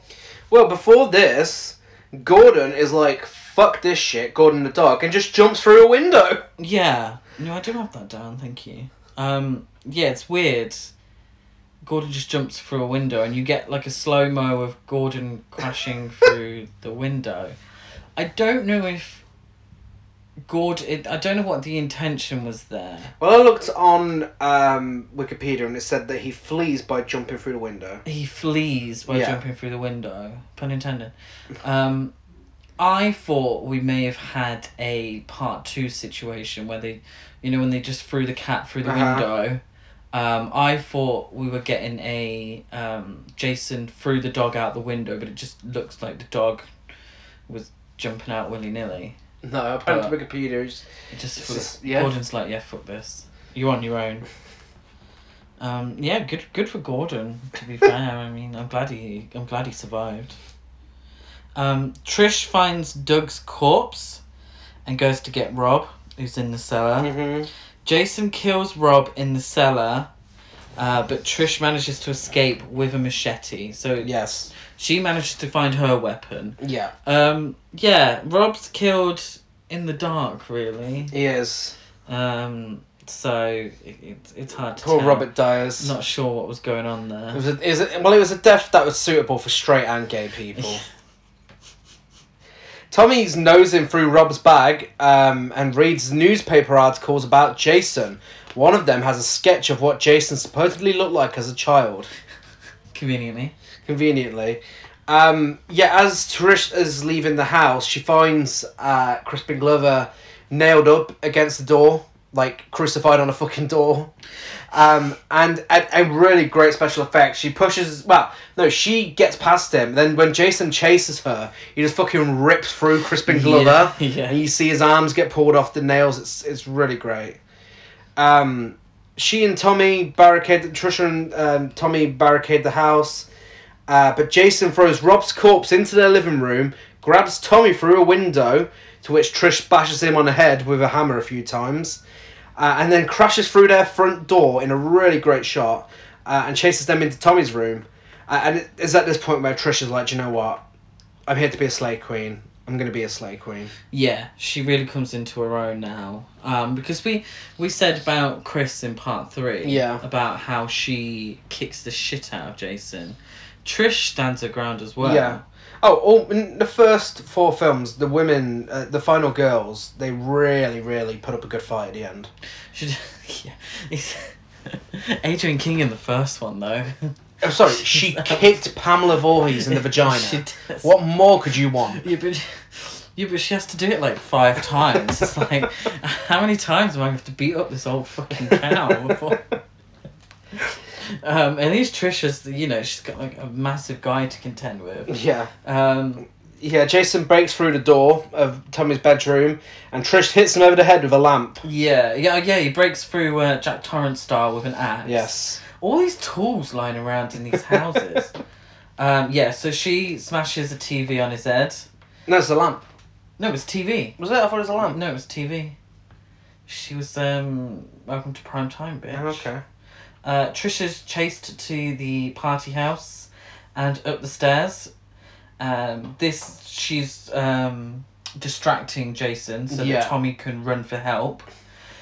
A: well, before this, Gordon is like, fuck this shit, Gordon the dog, and just jumps through a window.
B: Yeah. No, I do have that down, thank you. Um, yeah, it's weird. Gordon just jumps through a window and you get like a slow mo of Gordon crashing through the window. I don't know if Gordon it, I don't know what the intention was there.
A: Well, I looked on um, Wikipedia and it said that he flees by jumping through the window.
B: He flees by
A: Yeah.
B: jumping through the window, pun intended. Um I thought we may have had a part two situation where they, you know, when they just threw the cat through the
A: Uh-huh.
B: window. Um, I thought we were getting a um, Jason threw the dog out the window, but it just looks like the dog was jumping out willy nilly.
A: No, apparently
B: Uh,
A: Wikipedia is.
B: It just,
A: It's
B: flew-
A: just- yeah.
B: Gordon's like, yeah, fuck this. You're on your own. Um, yeah, good good for Gordon, to be
A: [laughs]
B: fair. I mean, I'm glad he I'm glad he survived. Um, Trish finds Doug's corpse and goes to get Rob, who's in the cellar.
A: Mhm.
B: Jason kills Rob in the cellar, uh, but Trish manages to escape with a machete. So
A: Yes.
B: she manages to find her weapon.
A: Yeah.
B: Um, yeah, Rob's killed in the dark, really.
A: He is.
B: Um, so it, it, it's hard to
A: Poor
B: tell.
A: Robert Dyers.
B: Not sure what was going on
A: It
B: there.
A: was, a, is it, well, it was a death that was suitable for straight and gay [laughs] people. Tommy's nosing through Rob's bag um, and reads newspaper articles about Jason. One of them has a sketch of what Jason supposedly looked like as a child.
B: Conveniently.
A: Conveniently, um, yeah. As Trish is leaving the house, she finds uh, Crispin Glover nailed up against the door, like crucified on a fucking door. Um, and a, a really great special effect. She pushes. Well, no, she gets past him. Then when Jason chases her, he just fucking rips through Crispin Glover.
B: Yeah, [laughs] yeah.
A: And you see his arms get pulled off the nails. It's it's really great. Um, she and Tommy barricade. Trisha and um, Tommy barricade the house. Uh, but Jason throws Rob's corpse into their living room, grabs Tommy through a window, to which Trish bashes him on the head with a hammer a few times. uh, and then crashes through their front door in a really great shot uh, and chases them into Tommy's room. Uh, and it- it's at this point where Trish is like, "Do you know what? I'm here to be a slay queen. I'm gonna be a slay queen."
B: Yeah, she really comes into her own now. Um, because we we said about Chris in part three.
A: Yeah.
B: About how she kicks the shit out of Jason. Trish stands her ground as well.
A: Yeah. Oh, all, in the first four films, the women, uh, the final girls, they really, really put up a good fight at the end.
B: She, [laughs] yeah. It's- [laughs] Adrian King in the first one though.
A: Oh, sorry, she kicked Pamela Voorhees Oh, in the vagina.
B: [laughs] She does.
A: What more could you want?
B: Yeah, but yeah, but she has to do it like five times.
A: [laughs]
B: It's like, how many times am I going to have to beat up this old fucking cow? [laughs] Before... um, and these Trisha's, you know, she's got like a massive guy to contend with.
A: [laughs] Yeah.
B: Um,
A: Yeah, Jason breaks through the door of Tommy's bedroom and Trish hits him over the head with a lamp.
B: yeah, yeah, yeah. He breaks through uh, Jack Torrance style with an axe.
A: Yes.
B: All these tools lying around in these houses. um, yeah. So she smashes a TV on his head.
A: [laughs] No, it's a lamp.
B: No, it was TV.
A: Was it? I thought it was a lamp.
B: No, it was TV. She was um, welcome to prime time, bitch.
A: Okay.
B: Uh, Trisha's chased to the party house and up the stairs. Um, this she's um, distracting Jason so
A: Yeah.
B: that Tommy can run for help.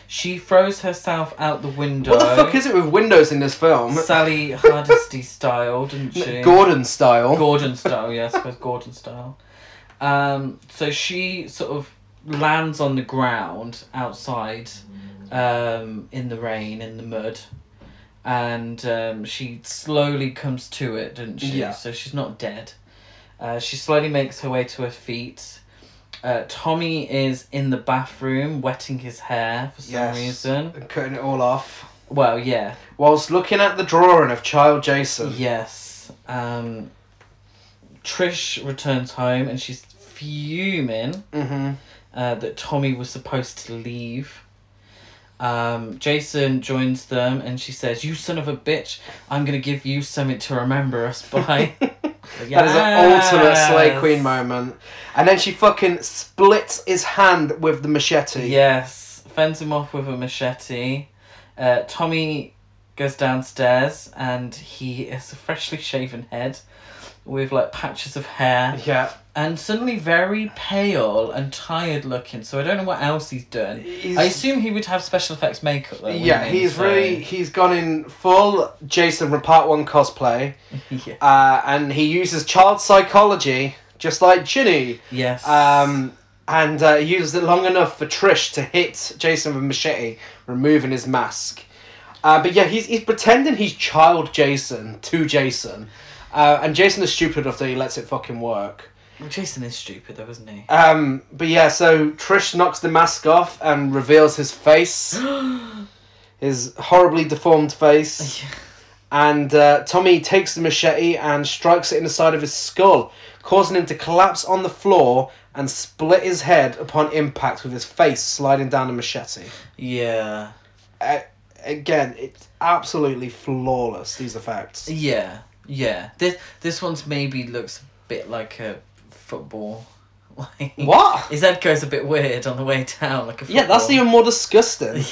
B: She throws herself out the window.
A: What the fuck is it with windows in this film?
B: Sally Hardesty style, didn't she?
A: Gordon style.
B: Gordon style, yeah, I suppose Gordon style. Um, so she sort of lands on the ground outside um, in the rain, in the mud, and um, she slowly comes to it, doesn't she?
A: Yeah.
B: So she's not dead. Uh, she slowly makes her way to her feet. Uh, Tommy is in the bathroom wetting his hair for some
A: Yes.
B: reason.
A: And Cutting it all off.
B: Well, yeah,
A: Whilst looking at the drawing of child Jason.
B: Yes. Um, Trish returns home and she's fuming
A: Mm-hmm.
B: uh, that Tommy was supposed to leave. Um, Jason joins them and she says, You son of a bitch, I'm going to give you something to remember us by.
A: [laughs] That is an ultimate slay
B: Yes.
A: queen moment. And then she fucking splits his hand with the machete.
B: Yes, fends him off with a machete. Uh, Tommy goes downstairs and he has a freshly shaven head with like patches of hair.
A: Yeah.
B: and suddenly very pale and tired looking. So I don't know what else he's done.
A: He's-
B: I assume he would have special effects makeup though. wouldn't
A: Yeah,
B: he?
A: he's
B: So-
A: really he's gone in full Jason from part one cosplay,
B: [laughs] Yeah.
A: uh, and he uses child psychology just like Ginny,
B: Yes.
A: um, and uh, he used it long enough for Trish to hit Jason with a machete, removing his mask. Uh, but yeah, he's he's pretending he's child Jason to Jason, uh, and Jason is stupid enough that he lets it fucking work.
B: Well, Jason is stupid though, isn't he?
A: Um, but yeah, so Trish knocks the mask off and reveals his [gasps] face, his horribly deformed face. and uh, Tommy takes the machete and strikes it in the side of his skull, causing him to collapse on the floor and split his head upon impact with his face sliding down the machete.
B: [laughs] yeah.
A: Uh, again, it's absolutely flawless, these effects.
B: Yeah. Yeah. This this one's maybe looks a bit like a football. [laughs] Like
A: What?
B: His head goes a bit weird on the way down, like a football.
A: Yeah, that's even more disgusting.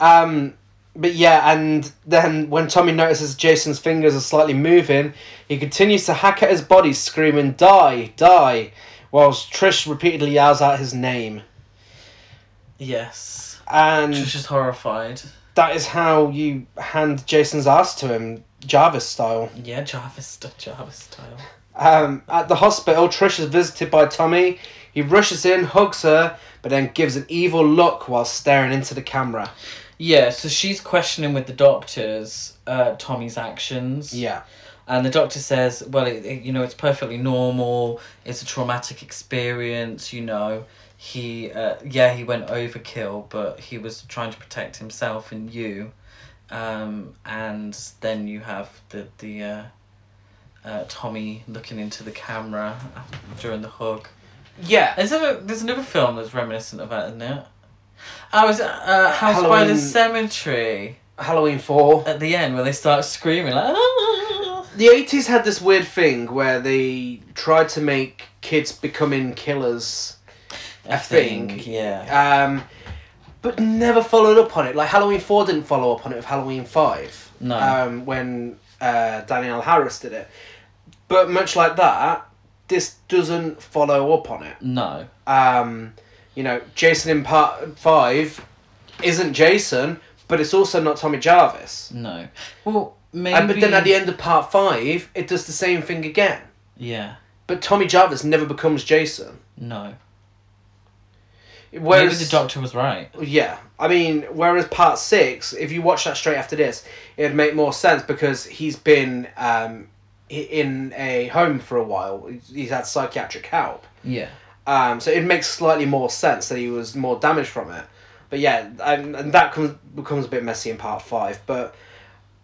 A: Um, but yeah, and then when Tommy notices Jason's fingers are slightly moving, he continues to hack at his body, screaming, Die, die, whilst Trish repeatedly yells out his name.
B: [laughs] yes.
A: And
B: Trish is horrified.
A: that is how you hand Jason's ass to him, Jarvis style.
B: Yeah, Jarvis, st- Jarvis style.
A: Um, at the hospital, Trish is visited by Tommy. He rushes in, hugs her, but then gives an evil look while staring into the camera.
B: Yeah, so she's questioning with the doctors uh, Tommy's actions.
A: Yeah.
B: And the doctor says, well, it, it- you know, it's perfectly normal. It's a traumatic experience, you know. He, uh, yeah, he went overkill, but he was trying to protect himself and you. Um, and then you have the, the uh, uh, Tommy looking into the camera during the hug.
A: Yeah.
B: There's another, there's another film that's reminiscent of that, isn't it? I was uh, House by
A: Halloween-
B: the Cemetery
A: Halloween 4.
B: at the end where they start screaming like. "Ah!"
A: The 80s had this weird thing where they tried to make kids becoming killers.
B: I
A: thing.
B: think, yeah.
A: Um, but never followed up on it. Like Halloween Four didn't follow up on it with Halloween Five.
B: No.
A: Um, when uh, Danielle Harris did it, but much like that, this doesn't follow up on it.
B: No.
A: Um, you know, Jason in Part Five isn't Jason, but it's also not Tommy Jarvis.
B: No. Well, maybe.
A: And but then at the e- end of Part Five, it does the same thing again.
B: Yeah.
A: But Tommy Jarvis never becomes Jason.
B: No.
A: Whereas
B: Maybe the doctor was right.
A: Yeah, I mean, whereas part six, if you watch that straight after this, it'd make more sense because he's been um, i- in a home for a while. He's- He's had psychiatric help,
B: Yeah.
A: um, so it makes slightly more sense that he was more damaged from it. But yeah, and, and that comes becomes a bit messy in part five. But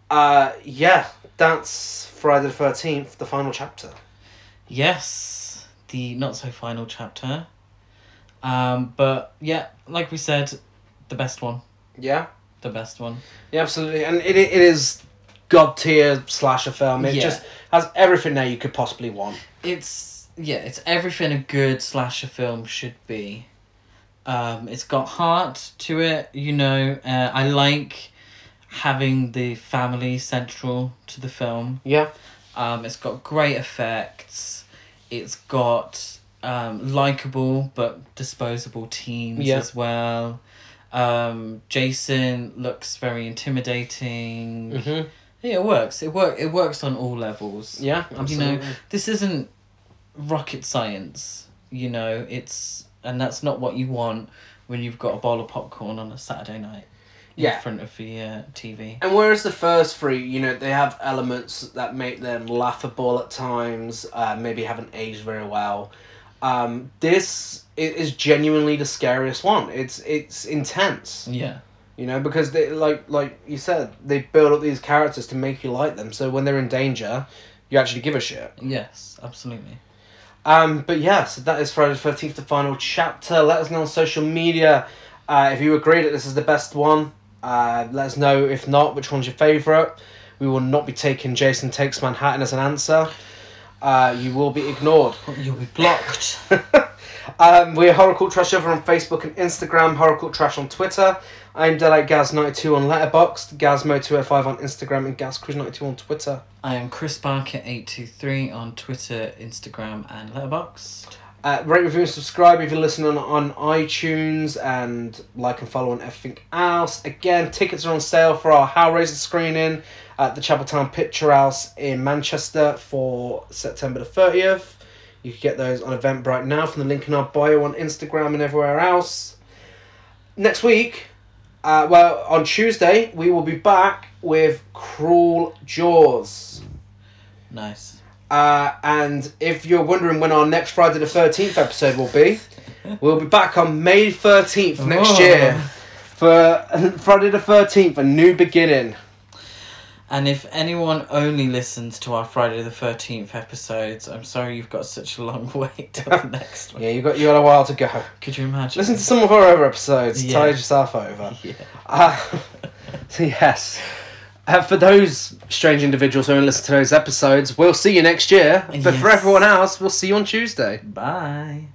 A: uh, yeah, that's Friday the Thirteenth, the final chapter.
B: Yes. The not so final chapter. Um, but yeah, like we said, the best one.
A: Yeah,
B: The best one.
A: yeah, absolutely, and it it is god tier slasher film. It
B: Yeah.
A: just has everything there you could possibly want.
B: It's yeah, it's everything a good slasher film should be. Um, it's got heart to it, you know. Uh, I like having the family central to the film.
A: Yeah.
B: Um, it's got great effects. It's got um, likable but disposable teens
A: Yeah.
B: as well. Um, Jason looks very intimidating.
A: Mm-hmm.
B: Yeah, it works. It work. It works on all levels.
A: Yeah,
B: You know, this isn't rocket science. You know, it's and that's not what you want when you've got a bowl of popcorn on a Saturday night in
A: Yeah.
B: front of the uh, TV.
A: And whereas the first three, you know, they have elements that make them laughable at times, uh, maybe haven't aged very well. Um, this i- is genuinely the scariest one. It's it's intense,
B: Yeah.
A: you know, because they like like you said, they build up these characters to make you like them. So when they're in danger, you actually give a shit.
B: Yes. Absolutely.
A: Um, but yeah, so that is Friday the Thirteenth, the final chapter. Let us know on social media uh, if you agree that this is the best one. Uh, let us know if not, which one's your favourite. We will not be taking Jason Takes Manhattan as an answer. Uh, you will be ignored. [laughs]
B: You'll be blocked.
A: um, we're Horror Cult Trash over on Facebook and Instagram, Horror Cult Trash on Twitter. I'm Delight Gaz92 on Letterboxd, Gazmo205 on Instagram, and GazCruz92 on Twitter.
B: I am Chris Barker eight two three on Twitter, Instagram, and Letterboxd.
A: Uh, rate, review, and subscribe if you're listening on iTunes and like and follow on everything else. Again, tickets are on sale for our Hellraiser screening at the Chapel Town Picture House in Manchester for September the 30th. You can get those on Eventbrite now from the link in our bio on Instagram and everywhere else. Next week, uh, well, on Tuesday, we will be back with Cruel Jaws.
B: Nice.
A: Uh, and if you're wondering when our next Friday the 13th episode will be, we'll be back on May 13th next
B: Whoa.
A: year for [laughs] Friday the 13th, a new beginning.
B: And if anyone only listens to our Friday the thirteenth episodes, I'm sorry you've got such a long [laughs] wait till the next one.
A: Yeah, you got you got a while to go.
B: Could you imagine?
A: Listen to some of our other episodes,
B: Yeah.
A: tide yourself over.
B: Yeah.
A: Uh, [laughs] so yes. Uh, for those strange individuals who don't listen to those episodes, we'll see you next year. But for
B: Yes.
A: everyone else, we'll see you on Tuesday.
B: Bye.